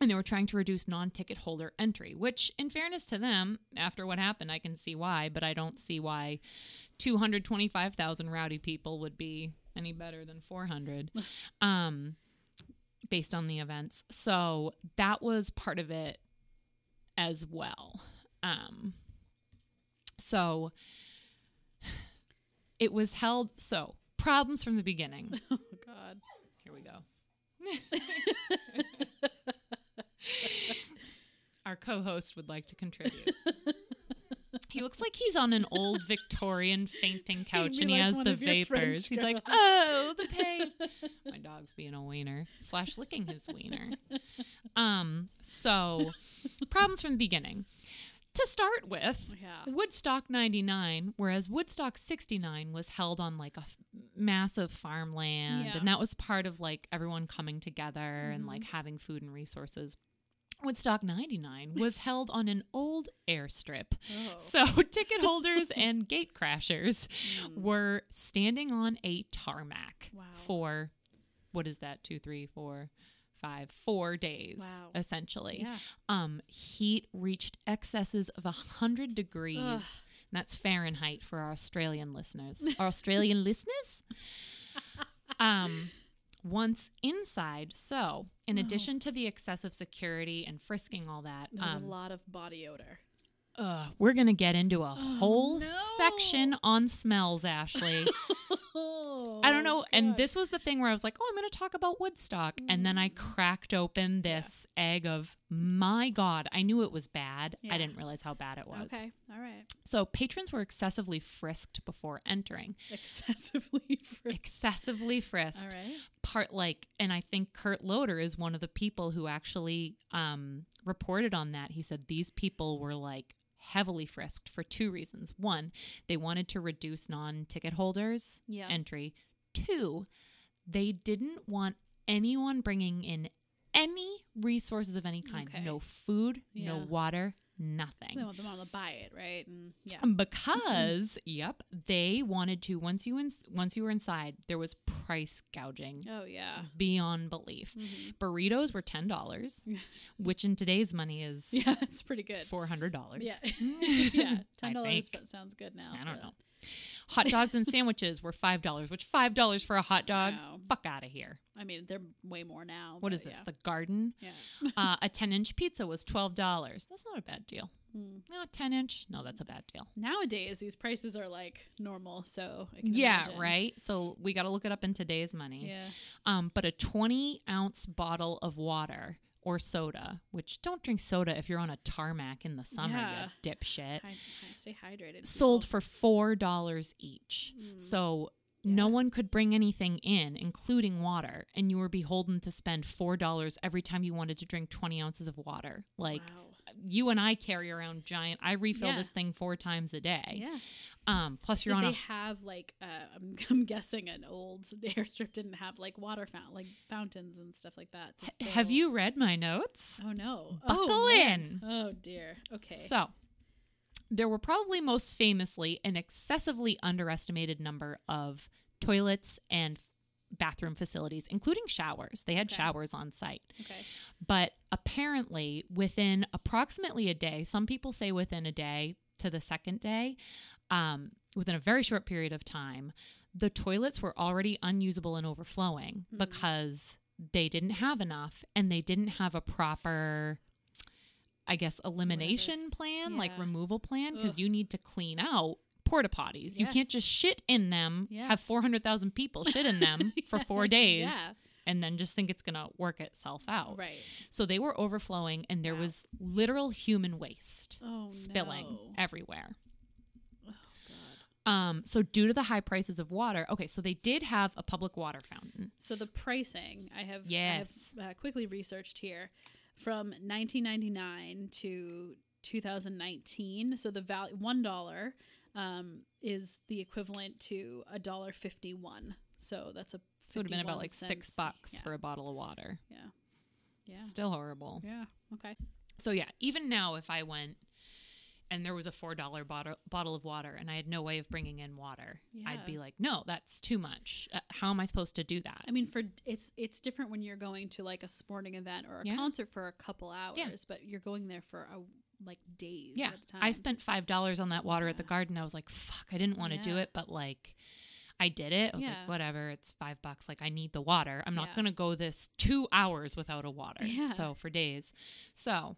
And they were trying to reduce non ticket holder entry, which, in fairness to them, after what happened, I can see why, but I don't see why 225,000 rowdy people would be any better than 400 um based on the events. So that was part of it as well. Um so it was held so problems from the beginning. Oh God. Here we go. Our co-host would like to contribute. He looks like he's on an old Victorian fainting couch be and he like has one the of your French vapors. He's like, girls. "Oh, the pain." My dog's being a wiener slash licking his wiener. Um, so problems from the beginning. To start with, Yeah. Woodstock 99, whereas Woodstock 69 was held on like a f- massive farmland. Yeah. Mm-hmm. And that was part of like everyone coming together and like having food and resources. Woodstock 99 was held on an old airstrip. Oh. So ticket holders and gate crashers were standing on a tarmac Mm. Wow. for what is that? Two, three, four, five, four days Wow. essentially Yeah. um, heat reached excesses of 100 degrees. Ugh. And That's Fahrenheit for our Australian listeners. Our Australian listeners? Um, once inside, so in Oh. addition to the excessive security and frisking all that, There was a um, lot of body odor. ugh, we're going to get into a whole Oh, no. section on smells, Ashley. Oh. I don't know. And God. Mm. this was the thing where I was like, oh, I'm going to talk about Woodstock. And then I cracked open this egg of, my God, I knew it was bad. Yeah. I didn't realize how bad it was. Okay. All right. So patrons were excessively frisked before entering. Excessively frisked. Excessively frisked. All right. Part like, and I think Kurt Loder is one of the people who actually um, reported on that. He said these people were like, heavily frisked for two reasons one they wanted to reduce non-ticket holders Yeah. entry. Two, they didn't want anyone bringing in any resources of any kind Okay. no food, no Yeah. water, So they nothing. want them all to buy it, right? And yeah. Because, yep, they wanted to once you ins once you were inside, there was price gouging Oh yeah. beyond belief. Mhm. Burritos were ten dollars, Yeah. which in today's money is Yeah, it's pretty good. four hundred dollars. Yeah. yeah. I Ten dollars think. sounds good now. I don't but- know. Hot dogs and sandwiches were five dollars, which five dollars for a hot dog? Wow. Fuck out of here. I mean, they're way more now. What but is this? Yeah. The garden? yeah. Uh, a 10 inch pizza was $12. That's not a bad deal. Hmm. No, 10 inch? No, that's a bad deal. Nowadays, these prices are like normal, so I can Yeah, imagine. right? So we got to look it up in today's money. Yeah. Um, but a 20 ounce bottle of water or soda, which don't drink soda if you're on a tarmac in the summer, Yeah. you dipshit, Hy- hy- stay hydrated. sold people. for $4 each. So no Mm. Yeah. one could bring anything in, including water, and you were beholden to spend $4 every time you wanted to drink 20 ounces of water. Like, Wow. you and I carry around giant. I refill Yeah. this thing four times a day. Yeah. Um, plus Did you're on they a have like uh, I'm, I'm guessing an old airstrip didn't have like water fountain, like fountains and stuff like that. to H- Have fill- you read my notes? Oh no! Buckle oh, man. in. Oh dear. Okay. So there were probably most famously an excessively underestimated number of toilets and bathroom facilities, including showers. They had Okay. showers on site. okay. But apparently, within approximately a day, some people say within a day to the second day, um, within a very short period of time, the toilets were already unusable and overflowing Hmm. because they didn't have enough and they didn't have a proper. I guess elimination plan, like Yeah. removal plan, because Ugh. you need to clean out porta potties. You can't Yes. just shit in them, Yeah. have 400,000 people shit in them for four days, Yeah. and then just think it's going to work itself out. Right. So they were overflowing and there Wow. was literal human waste Oh spilling no. everywhere. Oh god. Um, so due to the high prices of water, okay, so they did have a public water fountain. So the pricing I have Yes. I have, uh, quickly researched here from 1999 to 2019. So the value one dollar um, is the equivalent to a dollar fifty one. So that's a So it would have been 51 about like six cents. bucks yeah. for a bottle of water. yeah yeah Still horrible. yeah okay So yeah, even now if I went and there was a four dollar bottle bottle of water and I had no way of bringing in water, Yeah. I'd be like, no, that's too much. Uh, how am I supposed to do that? I mean for it's it's different when you're going to like a sporting event or a Yeah. concert for a couple hours Yeah. but you're going there for a like days Yeah. at a time. I spent five dollars on that water at the Yeah. garden. I was like, fuck, I didn't want to do Yeah. it, but like I did it. I was Yeah. like, whatever, it's five bucks. Like I need the water. I'm not Yeah. gonna go this two hours without a water. Yeah. So for days. So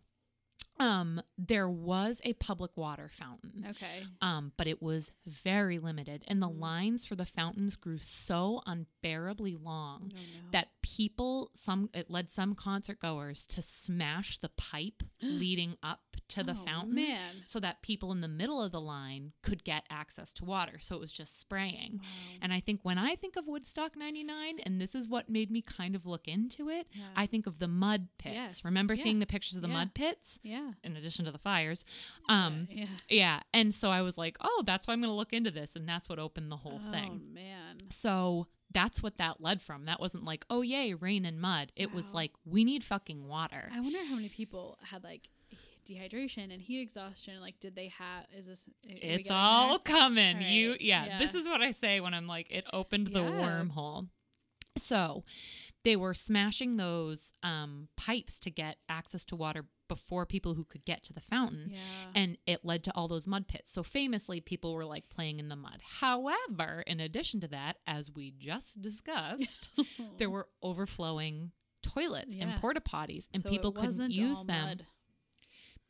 um there was a public water fountain. okay Um, but it was very limited, and the Mm. lines for the fountains grew so unbearably long Oh, no. that people some it led some concert goers to smash the pipe leading up to the Oh, fountain man so that people in the middle of the line could get access to water. So it was just spraying. Wow. And I think when I think of Woodstock 99, and this is what made me kind of look into it, Yeah. I think of the mud pits. Yes. Remember Yeah. seeing the pictures of the Yeah. mud pits yeah. in addition to the fires? Um, yeah. yeah. And so I was like, oh, that's why I'm going to look into this. And that's what opened the whole thing. Oh man. So that's what that led from. That wasn't like, oh, yay, rain and mud. It was Wow. like, we need fucking water. I wonder how many people had like dehydration and heat exhaustion. Like, did they have? Is this? are we It's getting all there? coming. All You right. yeah, this Yeah. is what I say when I'm like it opened the Yeah. wormhole. So, they were smashing those um pipes to get access to water before people who could get to the fountain. Yeah. And it led to all those mud pits. So famously, people were like playing in the mud. However, in addition to that, as we just discussed, there were overflowing toilets Yeah. and porta potties, and So it people couldn't wasn't use all them. mud.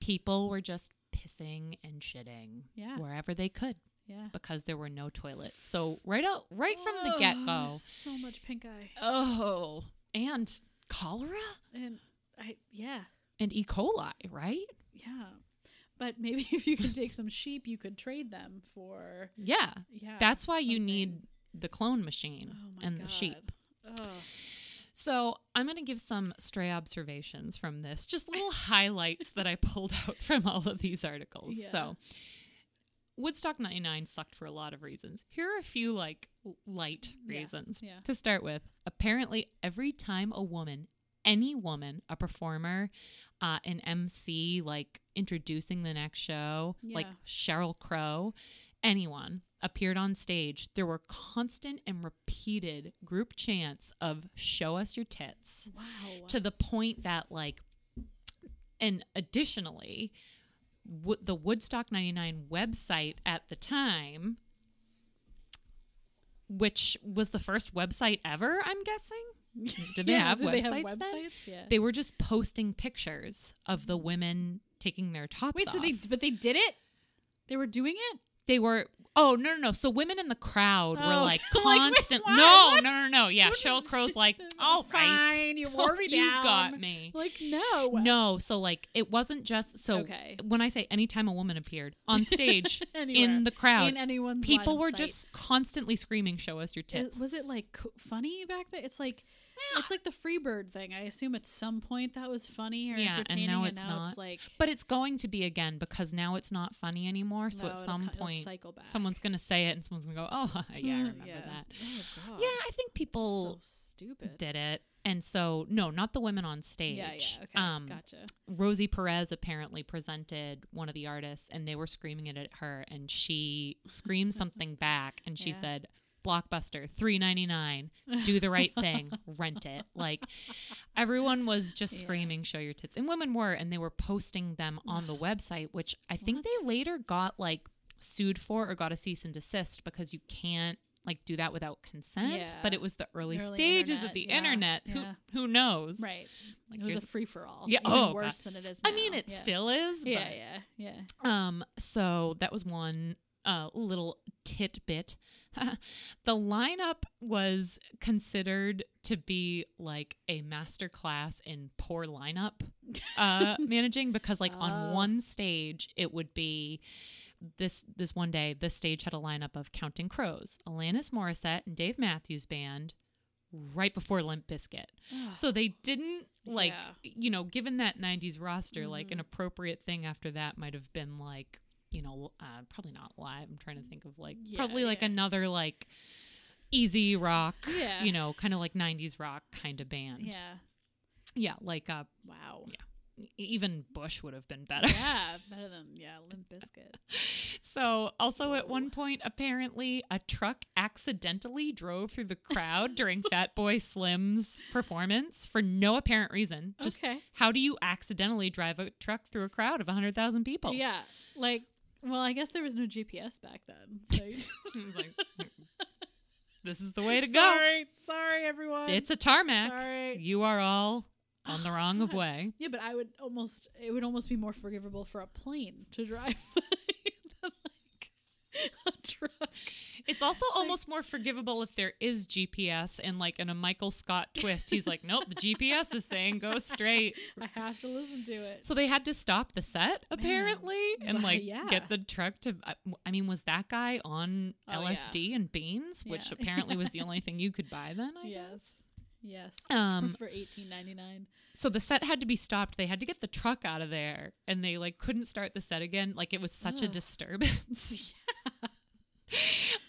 People were just pissing and shitting Yeah. wherever they could. Yeah. because there were no toilets. So right out right from the get go. So much pink eye. Oh, and cholera And I yeah. and E. coli, right? Yeah. But maybe if you could take some sheep, you could trade them for Yeah. yeah. That's why you something. need the clone machine oh my and God. the sheep. Oh, So I'm going to give some stray observations from this, just little highlights that I pulled out from all of these articles. Yeah. So Woodstock 99 sucked for a lot of reasons. Here are a few like l- light Yeah, reasons. yeah. To start with, apparently every time a woman, any woman, a performer, uh, an MC, like introducing the next show, like Yeah. Cheryl Crow, anyone appeared on stage, there were constant and repeated group chants of show us your tits wow. to the point that like and additionally wo- the Woodstock 99 website at the time which was the first website ever, I'm guessing. Did they Yeah, have do websites they have websites? then? Yeah. They were just posting pictures of the women taking their tops Wait, so they off. but they did it? They were doing it? they were oh no no no so women in the crowd were Oh, like like, wait, constant what? no, no What? no no yeah What Cheryl is- Crow's like all right Fine, you wore me you down. got me Like no. no so like it wasn't just so Okay. when i say anytime a woman appeared on stage Anywhere. in the crowd in anyone's line people of were sight. just constantly screaming show us your tits Is, was it like co- funny back then? It's like it's like the Freebird thing. I assume at some point that was funny or Yeah, and entertaining, now and it's now not. it's like but it's going to be again because now it's not funny anymore so no, at it'll some co- it'll point cycle back. someone's going to say it and someone's going to go oh yeah i Mm, remember that Oh, God. yeah i think It's just people so stupid. did it and so no not the women on stage Yeah, yeah. Okay, um gotcha. Rosie Perez apparently presented one of the artists and they were screaming it at her and she screamed something back and she Yeah. said blockbuster 399 do the right thing rent it like everyone was just Yeah. screaming show your tits and women were and they were posting them on the website which i think What? they later got like sued for or got a cease and desist because you can't like do that without consent but Yeah. it was the early, Early stages of internet, the yeah, internet yeah. who who knows Right. like it was here's- a free for all. Yeah, Even oh, God. worse than it is. I mean, now. it Yeah. still is. Yeah, but- yeah, yeah. Um, so that was one uh, little tidbit. the lineup was considered to be like a master class in poor lineup uh, managing because, like, on Oh. one stage, it would be this this one day the stage had a lineup of Counting Crows, Alanis Morissette, and Dave Matthews Band right before Limp Bizkit. Ugh. So they didn't like Yeah. you know, given that '90s roster, like an Mhm. appropriate thing after that might have been like you know uh, probably not live. I'm trying to think of like Yeah, probably like yeah. another like easy rock, Yeah. you know, kind of like '90s rock kind of band. yeah. yeah, like uh, Wow. e- even Bush would have been better. Yeah, better than yeah, Limp Biscuit. So, also at Whoa. one point, apparently, a truck accidentally drove through the crowd during Fat Boy Slim's performance for no apparent reason. Just okay. how do you accidentally drive a truck through a crowd of 100,000 people? Yeah. Like, well, I guess there was no GPS back then. So you just- It's like, this is the way to go. sorry, sorry, everyone. It's a tarmac. Sorry. You are all on the wrong of way. yeah, but I would almost it would almost be more forgivable for a plane to drive than like a truck. It's also almost more forgivable if there is GPS and like in a Michael Scott twist, he's like, nope, the GPS is saying go straight. I have to listen to it. So they had to stop the set apparently and Why, like yeah. get the truck to. I- I mean, was that guy on Oh, yeah. LSD and beans, which Yeah. apparently was the only thing you could buy then? I yes. Yes. guess? Um, for eighteen ninety nine. so the set had to be stopped. They had to get the truck out of there, and they like couldn't start the set again. Like it was such a Ugh. disturbance.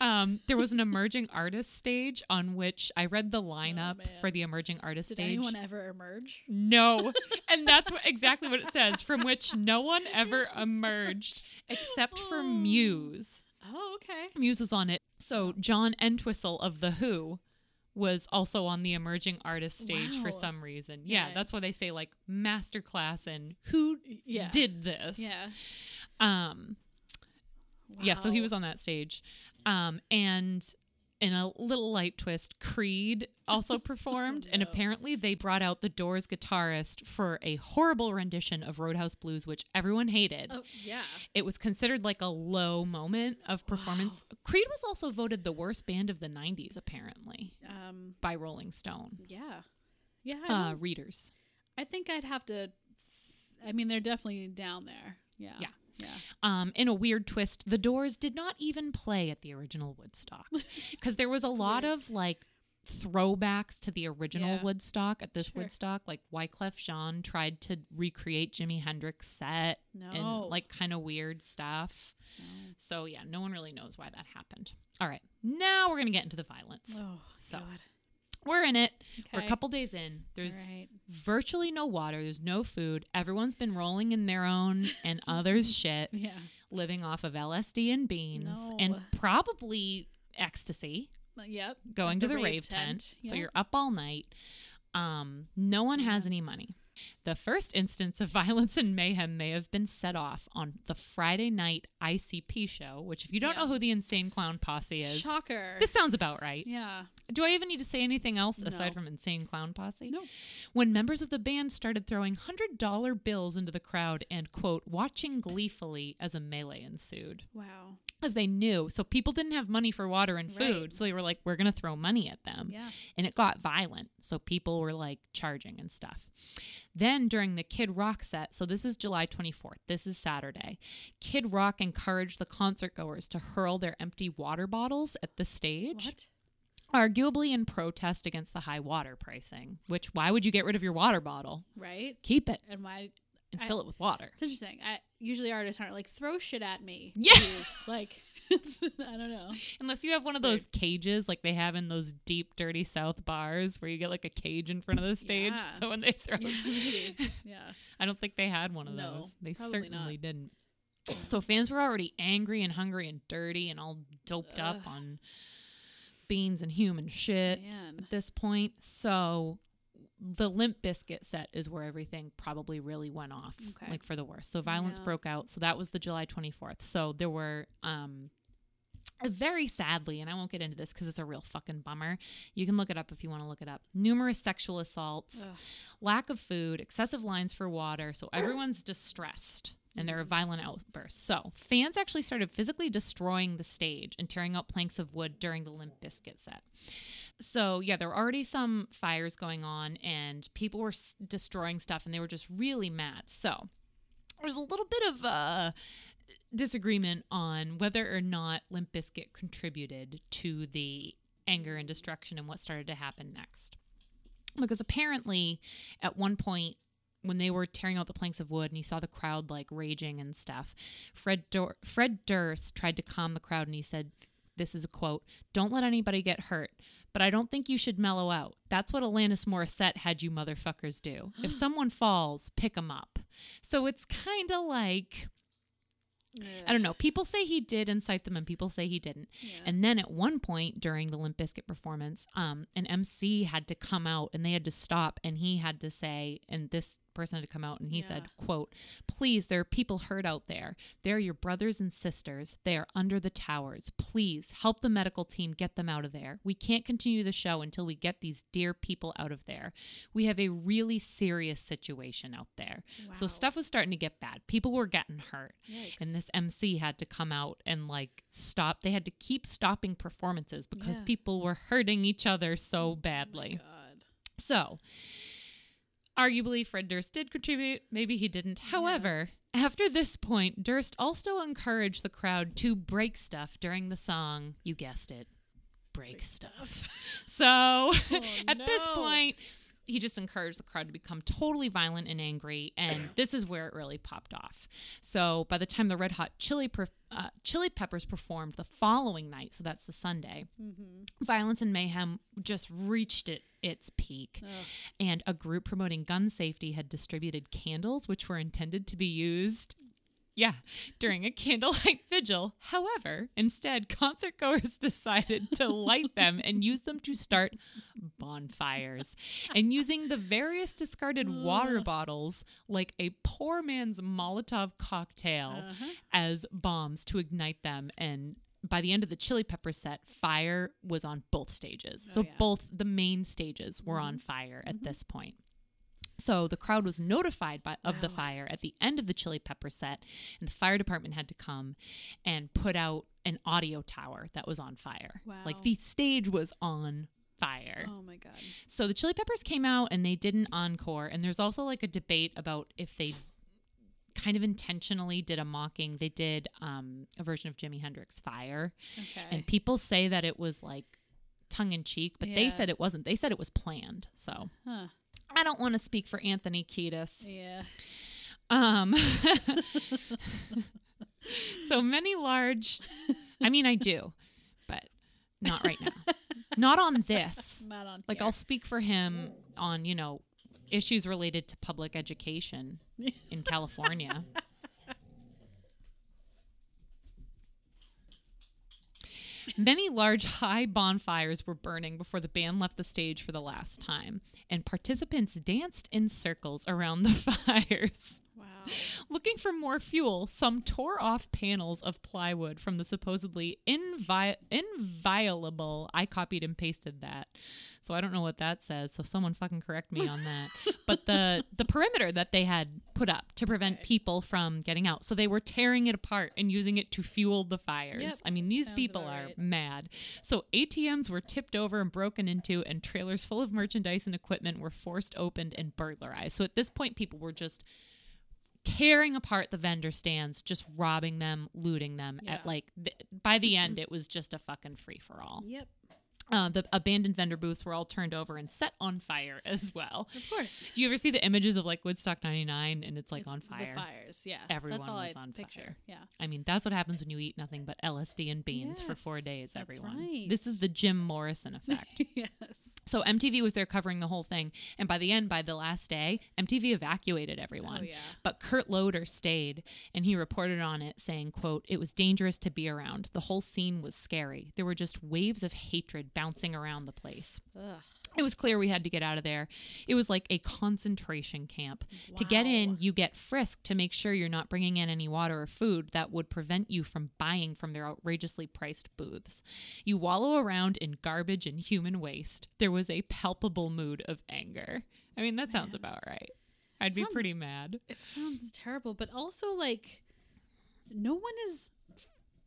Um, there was an emerging artist stage on which I read the lineup for Oh, man. the emerging artist Did stage. anyone ever emerge? No. And that's what, exactly what it says from which no one ever emerged except for Oh. Muse. Oh, okay. Muse was on it. So John Entwistle of The Who was also on the emerging artist stage Wow. for some reason. Yeah, Yeah. that's why they say like masterclass and who Yeah. did this. Yeah. Um yeah, so he Wow. was on that stage. Um and in a little light twist, Creed also performed, and no. apparently they brought out the Doors guitarist for a horrible rendition of Roadhouse Blues, which everyone hated. Oh yeah. It was considered like a low moment of performance. Creed was also voted the worst band of the 90s, apparently, Um. by Rolling Stone Yeah. Yeah. I, uh, don't- readers. I think I'd have to. I mean, they're definitely down there. Yeah. Yeah. Yeah. Um, in a weird twist, the Doors did not even play at the original Woodstock because there was a lot weird. of like throwbacks to the original Yeah. Woodstock at this Sure. Woodstock. Like Wyclef Jean tried to recreate Jimi Hendrix set No. and like kind of weird stuff. No. So yeah, no one really knows why that happened. All right, now we're gonna get into the violence. Oh So, God. We're in it. We're a Okay. couple days in. There's All right. virtually no water. There's no food. Everyone's been rolling in their own and others' shit Yeah. living off of LSD and beans and No. probably ecstasy, But, Yep. going At to the rave, tent. Yeah. So you're up all night. Um, no one has Yeah. any money. The first instance of violence and mayhem may have been set off on the Friday night ICP show, which, if you don't Yeah. know who the Insane Clown Posse is, shocker. this sounds about right. yeah. Do I even need to say anything else aside No. from Insane Clown Posse? No. When members of the band started throwing $100 bills into the crowd and, quote, watching gleefully as a melee ensued Wow. because they knew. So people didn't have money for water and Right. food. So they were like, we're going to throw money at them. Yeah. And it got violent. So people were like charging and stuff. Then during the Kid Rock set, so this is July 24th, this is Saturday, Kid Rock encouraged the concert goers to hurl their empty water bottles at the stage, What? arguably in protest against the high water pricing, which why would you get rid of your water bottle? Right. Keep it And why? and I- fill it with water. It's interesting. I usually artists aren't like throw shit at me. Yeah. please." Like I don't know. Unless you have one of It's those cages like they have in those deep, dirty South bars where you get like a cage in front of the stage. Yeah. So when they throw, Yeah. maybe. yeah. I don't think they had one of No, those. They probably certainly didn't. So fans were already angry and hungry and dirty and all doped up Ugh. on beans and human shit Man. at this point. So the Limp Biscuit set is where everything probably really went off, Okay. like for the worst. So violence Yeah. broke out. So that was the July 24th. So there were, um, very sadly, and I won't get into this because it's a real fucking bummer. You can look it up if you want to look it up. Numerous sexual assaults, Ugh. lack of food, excessive lines for water. So everyone's distressed and Mm. there are violent outbursts. So fans actually started physically destroying the stage and tearing out planks of wood during the Limp Biscuit set. So yeah, there were already some fires going on and people were s- destroying stuff and they were just really mad. So there's a little bit of uh disagreement on whether or not Limp Bizkit contributed to the anger and destruction and what started to happen next. Because apparently, at one point, when they were tearing out the planks of wood and he saw the crowd like raging and stuff, Fred, Dur- Fred Durst tried to calm the crowd and he said, This is a quote Don't let anybody get hurt, but I don't think you should mellow out. That's what Alanis Morissette had you motherfuckers do. If someone falls, pick them up. So it's kind of like I don't know. People say he did incite them, and people say he didn't. Yeah. And then at one point during the Limp Bizkit performance, um, an MC had to come out, and they had to stop, and he had to say, and this person had to come out, and he said, "quote Please, there are people hurt out there. They're your brothers and sisters. They are under the towers. Please help the medical team get them out of there. We can't continue the show until we get these dear people out of there. We have a really serious situation out there. So Wow. stuff was starting to get bad. People were getting hurt." Yikes. And this MC had to come out and like stop. They had to keep stopping performances because Yeah. people were hurting each other so Oh my badly. God. So, arguably, Fred Durst did contribute. Maybe he didn't. However, after this point, Durst also encouraged the crowd to break stuff during the song. You guessed it. Break stuff. So, Oh, at this no. point, he just encouraged the crowd to become totally violent and angry, and this is where it really popped off. So by the time the Red Hot Chili per- uh, Chili Peppers performed the following night, so that's the Sunday, violence and mayhem just reached it its peak, Ugh. and a group promoting gun safety had distributed candles which were intended to be used. Yeah, during a candlelight vigil. However, instead, concertgoers decided to light them and use them to start bonfires. And using the various discarded water bottles, like a poor man's Molotov cocktail, Uh-huh. as bombs to ignite them and by the end of the Chili Pepper set, fire was on both stages. Oh, so yeah. Mm-hmm. both the main stages were on fire at this point. So the crowd was notified by, of the Wow. fire at the end of the Chili Pepper set, and the fire department had to come and put out an audio tower that was on fire. Wow. Like the stage was on fire. Oh my god. So the Chili Peppers came out and they did an encore. And there's also like a debate about if they kind of intentionally did a mocking. They did um, a version of Jimi Hendrix Fire. Okay. And people say that it was like tongue in cheek, but they Yeah. said it wasn't. They said it was planned. So huh. I don't want to speak for Anthony Kiedis. Yeah. Um, so many large, I mean, I do, but not right now. Not on this Not on. like here. I'll speak for him on you know issues related to public education in California. Many large high bonfires were burning before the band left the stage for the last time, and participants danced in circles around the fires. Wow. Looking for more fuel, some tore off panels of plywood from the supposedly invi- inviolable. I copied and pasted that, so I don't know what that says. So someone fucking correct me on that. but the the perimeter that they had put up to prevent Okay. people from getting out, so they were tearing it apart and using it to fuel the fires. Yep. I mean, these Sounds people about are right. mad. So ATMs were tipped over and broken into, and trailers full of merchandise and equipment were forced opened and burglarized. So at this point, people were just tearing apart the vendor stands, just robbing them, looting them. Yeah. Mm-hmm. At like th- by the end, it was just a fucking free for all. Yep. Uh, the abandoned vendor booths were all turned over and set on fire as well. Of course. Do you ever see the images of like Woodstock '99 and it's like It's on The fire? fires. Yeah. Everyone That's all was I on picture. fire. Yeah. I mean, that's what happens when you eat nothing but LSD and beans for four Yes, days. that's Everyone, right. this is the Jim Morrison effect. yes. So MTV was there covering the whole thing, and by the end, by the last day, MTV evacuated Oh everyone. yeah. But Kurt Loder stayed and he reported on it saying, quote, It was dangerous to be around. The whole scene was scary. There were just waves of hatred bouncing around the place. Ugh. It was clear we had to get out of there. It was like a concentration camp. To get in, Wow. you get frisked to make sure you're not bringing in any water or food that would prevent you from buying from their outrageously priced booths. You wallow around in garbage and human waste. There was a palpable mood of anger. I mean, that sounds Man. about right. I'd be Sounds- pretty mad. It sounds terrible, but also like, no one is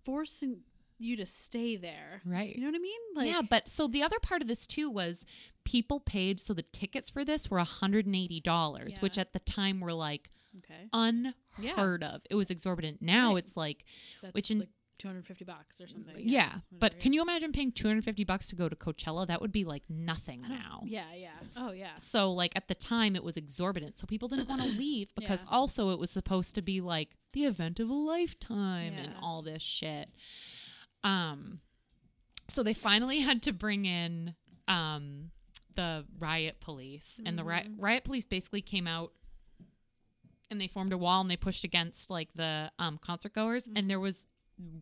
forcing you to stay there. Right. You know what I mean? Like. yeah, but so the other part of this too was people paid so the tickets for this were $180, which Yeah. at the time were like Okay. unheard of. It was exorbitant. Now Right. it's like That's which in- Mm, like 250 bucks or something. yeah, but whatever, can you imagine paying 250 bucks to go to Coachella? That would be like nothing I don't- now. Yeah, yeah. Oh, yeah. So like at the time it was exorbitant. So people didn't want to leave because Yeah. also it was supposed to be like the event of a lifetime and Yeah. all this shit. Um so they finally had to bring in um the riot police and the ri- Mm-hmm. riot police basically came out and they formed a wall and they pushed against like the um concert goers and there was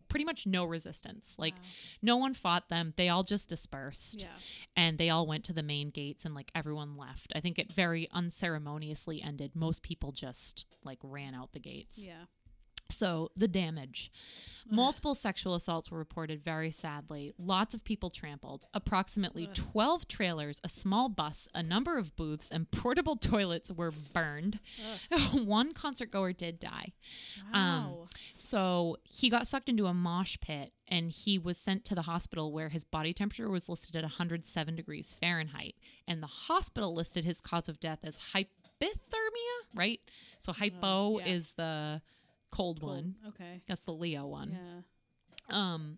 pretty much no resistance. Like Mm-hmm. Wow. no one fought them. They all just dispersed Yeah. and they all went to the main gates and like everyone left. I think it very unceremoniously ended. Most people just like ran out the gates. Yeah. So the damage. Multiple sexual assaults were reported very sadly. Lots of people trampled. Approximately Ugh. 12 trailers, a small bus, a number of booths, and portable toilets were burned. One concert goer did die. Um, Wow. So he got sucked into a mosh pit and he was sent to the hospital where his body temperature was listed at 107 degrees Fahrenheit. And the hospital listed his cause of death as hypothermia, right? So hypo Oh, yeah. is the cold, Cool. one. Okay. That's the Leo one. Yeah. Um,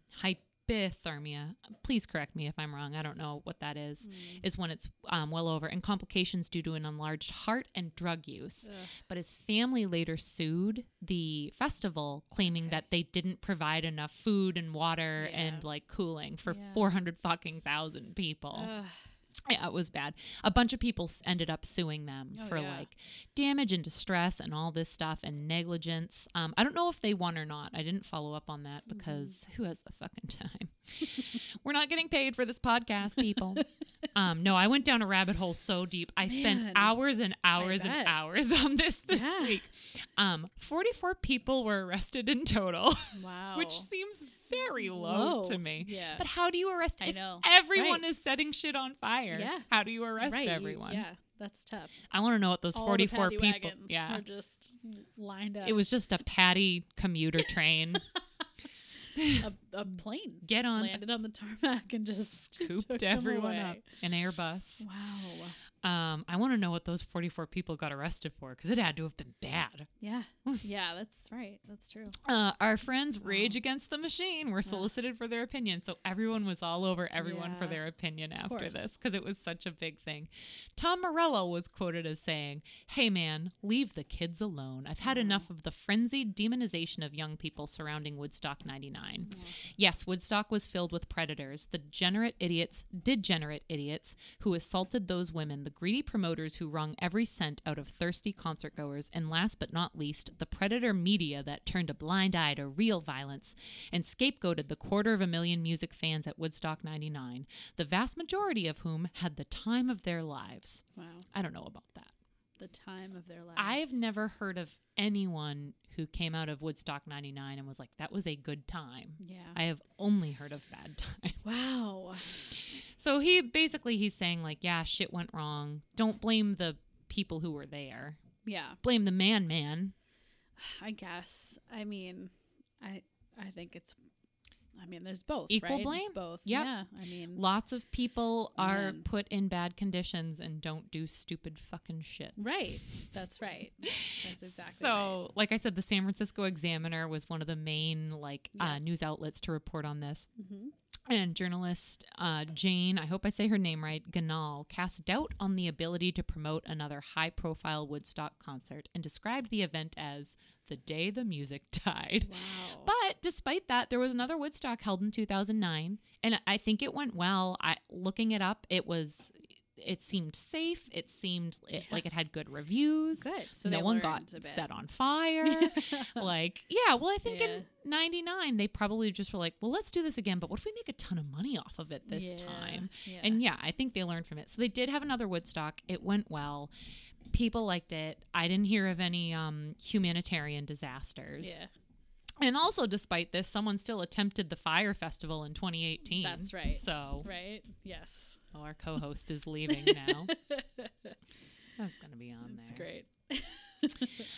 hypothermia. Please correct me if I'm wrong. I don't know what that is. Mm. Is when it's um, well over and complications due to an enlarged heart and drug use. Ugh. But his family later sued the festival, claiming Okay. that they didn't provide enough food and water Yeah. and like cooling for Yeah. Oh, 400 fucking thousand people. Ugh. yeah, it was bad. A bunch of people s- ended up suing them Oh, for yeah. like damage and distress and all this stuff and negligence. Um, I don't know if they won or not. I didn't follow up on Mm-hmm. that because who has the fucking time? We're not getting paid for this podcast, people. Um, no, I went down a rabbit hole so deep. I Man. spent hours and hours and bet. hours on this this Yeah. week. Um, 44 people were arrested in total, Wow. which seems very low, Low. to me. Yeah. But how do you arrest I if know. everyone Right. is setting shit on fire? Yeah. How do you arrest Right, you- everyone? Yeah, that's tough. I want to know what those All the 44 paddy people. wagons Yeah. were just lined up. It was just a patty commuter train. a, a plane Get on landed on the tarmac and just took scooped them everyone away. up. An Airbus. Wow. Um, I want to know what those 44 people got arrested for because it had to have been bad. Yeah. Yeah, that's right. That's true. Uh, our Oh. friends Rage Against the Machine were solicited for their opinion, so everyone was all over everyone for Yeah. their opinion after course. this because it was such a big thing. Tom Morello was quoted as saying, "Hey man, leave the kids alone. I've had enough of the frenzied demonization of young people surrounding Woodstock 99. Yes, Woodstock was filled with predators, the degenerate idiots, degenerate idiots who assaulted those women, the greedy promoters who wrung every cent out of thirsty concertgoers, and last but not least, the predator media that turned a blind eye to real violence and scapegoated the quarter of a million music fans at Woodstock 99, the vast majority of whom had the time of their lives. Wow. I don't know about that. The time of their lives. I've never heard of anyone who came out of Woodstock 99 and was like, that was a good time. Yeah. I have only heard of bad times. wow. So he basically he's saying like, yeah, shit went wrong. Don't blame the people who were there. Yeah. Blame the man, man. I guess. I mean, I I think it's I mean, there's both. Equal right? It's blame? both. Yep. Yeah. I mean Lots of people are Man. put in bad conditions and don't do stupid fucking shit. Right. That's right. That's exactly so, like I said, the San Francisco Examiner was one of the main like Yeah. uh, news outlets to report on this. right. hmm And journalist uh, Jane, I hope I say her name right, Ganal, cast doubt on the ability to promote another high profile Woodstock concert and described the event as the day the music died. Wow. But despite that, there was another Woodstock held in 2009, and I think it went well. I looking it up, it was it seemed safe. It seemed it, like it had good reviews. Good. So no they one learned got a bit. set on fire. like, yeah, well, I think Yeah. in 99 they probably just were like, well, let's do this again, but what if we make a ton of money off of it this Yeah, time? yeah. And yeah, I think they learned from it. So they did have another Woodstock. It went well. People liked it. I didn't hear of any um, humanitarian disasters. Yeah. And also, despite this, someone still attempted the Fire Festival in 2018. That's right. So Right? Yes. well, our co host is leaving now. That's going to be on That's there. great.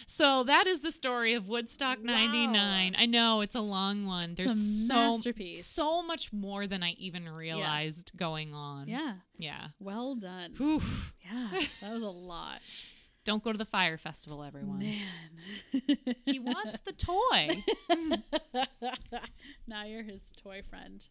So that is the story of Woodstock 99. I know it's a long one. There's it's a so masterpiece. so much more than I even realized going on. Yeah. Yeah. Well done. Oof. Yeah. That was a lot. Don't go to the fire festival, everyone. Man. He wants the toy. now you're his toy friend.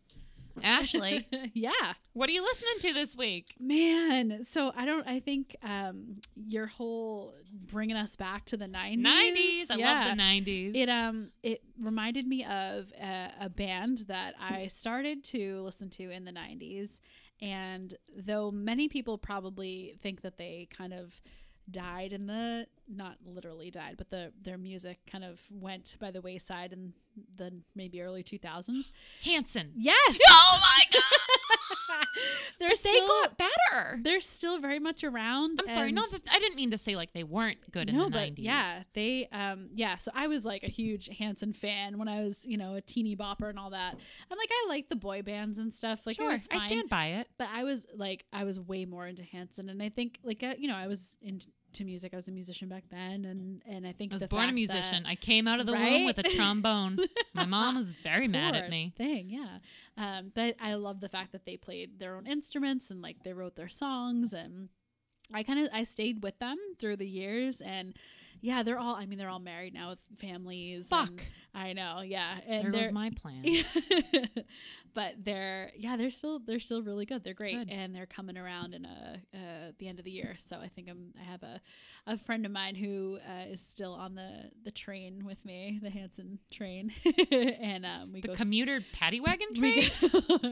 Ashley, yeah. what are you listening to this week? Man, so I don't. I think um, your whole bringing us back to the nineties. 90s. I love the 90s. It um it reminded me of a, a band that I started to listen to in the '90s, and though many people probably think that they kind of died in the not literally died, but the their music kind of went by the wayside in the maybe early 2000s. Hanson. Yes, Oh my god. they're They still got better. they're still very much around. I'm sorry, and- not that I didn't mean to say like they weren't good in no, the but 90s. yeah, they, um, yeah. So I was like a huge Hanson fan when I was, you know, a teeny bopper and all that. And like, I liked the boy bands and stuff. Like, it sure. was I fine. stand by it. But I was like, I was way more into Hanson, and I think, like, uh, you know, I was into music. I was a musician back then, and and I think I was the born a fact that- musician. I came out of the womb with a Right? trombone. My mom was very mad Poor at me. Thing, yeah. Um, but I love the fact that they played their own instruments and like they wrote their songs and I kind of I stayed with them through the years and yeah, they're all I mean they're all married now with families. Fuck. and- I know, yeah. And There they're, was my plan. but they're yeah they're still they're still really good they're great Good. and they're coming around in a uh, the end of the year so i think i'm i have a a friend of mine who uh, is still on the the train with me the hanson train and um we The go s- commuter paddy wagon train. we go,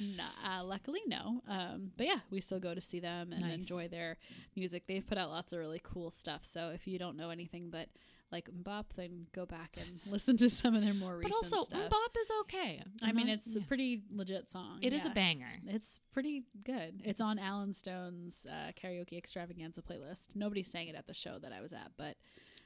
Nah, uh, luckily no um but yeah we still go to see them and Nice. enjoy their music they've put out lots of really cool stuff so if you don't don't know anything but like Mbop, then go back and listen to some of their more But recent also, stuff. Mbop is okay. I mean, Not- it's Uh-huh. yeah. a pretty legit song. It is a yeah. banger. It's pretty good. It's, It's- on Alan Stone's uh, karaoke extravaganza playlist. Nobody sang it at the show that I was at, but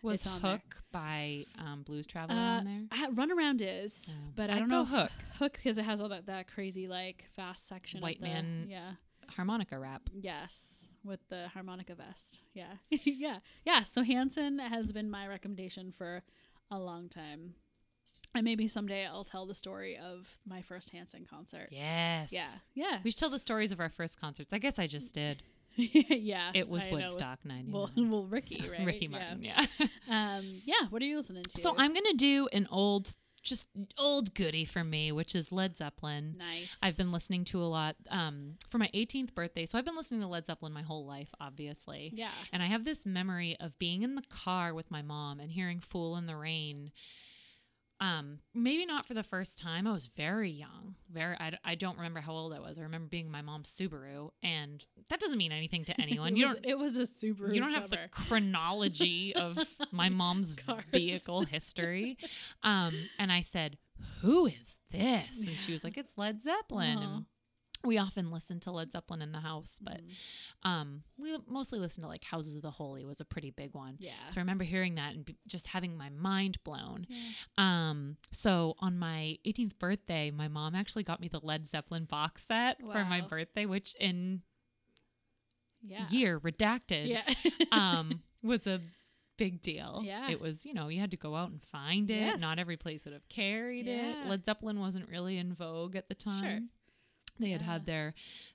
Was It's on there. Hook by um, Blues Traveler Uh, on there? I, Run Around is. Oh. but I I'd don't go know if- Hook. Hook because it has all that, that crazy like fast section. of White the- man- Yeah. Harmonica rap. Yes, with the harmonica vest. Yeah. yeah. Yeah. So Hanson has been my recommendation for a long time. And maybe someday I'll tell the story of my first Hanson concert. Yes. Yeah. Mm. Yeah. We should tell the stories of our first concerts. I guess I just did. yeah. It was I know, with- Woodstock 99. Well, well, Ricky, right? Ricky Martin, Yes. yeah. Um, yeah. What are you listening to? So I'm going to do an old, just old goodie for me, which is Led Zeppelin. nice. I've been listening to a lot um, for my 18th birthday. So I've been listening to Led Zeppelin my whole life, obviously. Yeah. And I have this memory of being in the car with my mom and hearing Fool in the Rain. Um, maybe not for the first time. I was very young. Very I, I don't remember how old I was. I remember being in my mom's Subaru and that doesn't mean anything to anyone. It You was- don't It was a Subaru. you don't have the summer. chronology of my mom's Cars. vehicle history. Um, and I said, Who is this? And she was like, It's Led Zeppelin. Aw. And we often listen to Led Zeppelin in the house, but Mhm. um, we mostly listen to like Houses of the Holy was a pretty big one. yeah. So I remember hearing that and be- just having my mind blown. Yeah. Um, so on my 18th birthday, my mom actually got me the Led Zeppelin box set for my Wow. birthday, which in Yeah. year redacted Yeah. um, was a big deal. Yeah. It was, you know, you had to go out and find it. Yes. Not every place would have carried Yeah. it. Led Zeppelin wasn't really in vogue at the time. They had Yeah. had their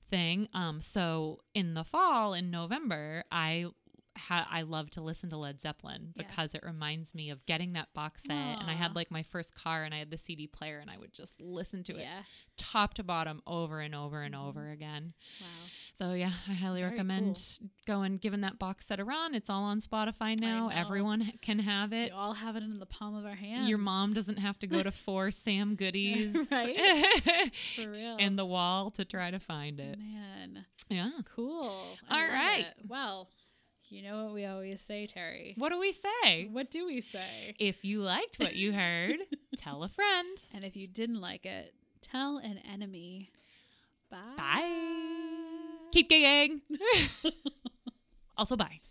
thing. Um, so in the fall, in November, I. Ha- I love to listen to Led Zeppelin Yeah. because it reminds me of getting that box set. And I Aw. had like my first car and I had the CD player and I would just listen to it Yeah. top to bottom over and over and Mhm. over again. Wow. So yeah, I highly Very recommend going giving that box set a run. It's all on Spotify now. know. Everyone h- can have We it. all have it in the palm of our hands. Your mom doesn't have to go to four Sam Goodies Right? for real. and the wall to try to find it. man, Yeah. cool. All love right. it. Well, you know what we always say, Terry. What do we say? What do we say? If you liked what you heard, tell a friend. And if you didn't like it, tell an enemy. Bye. Bye. Keep gigging. also bye.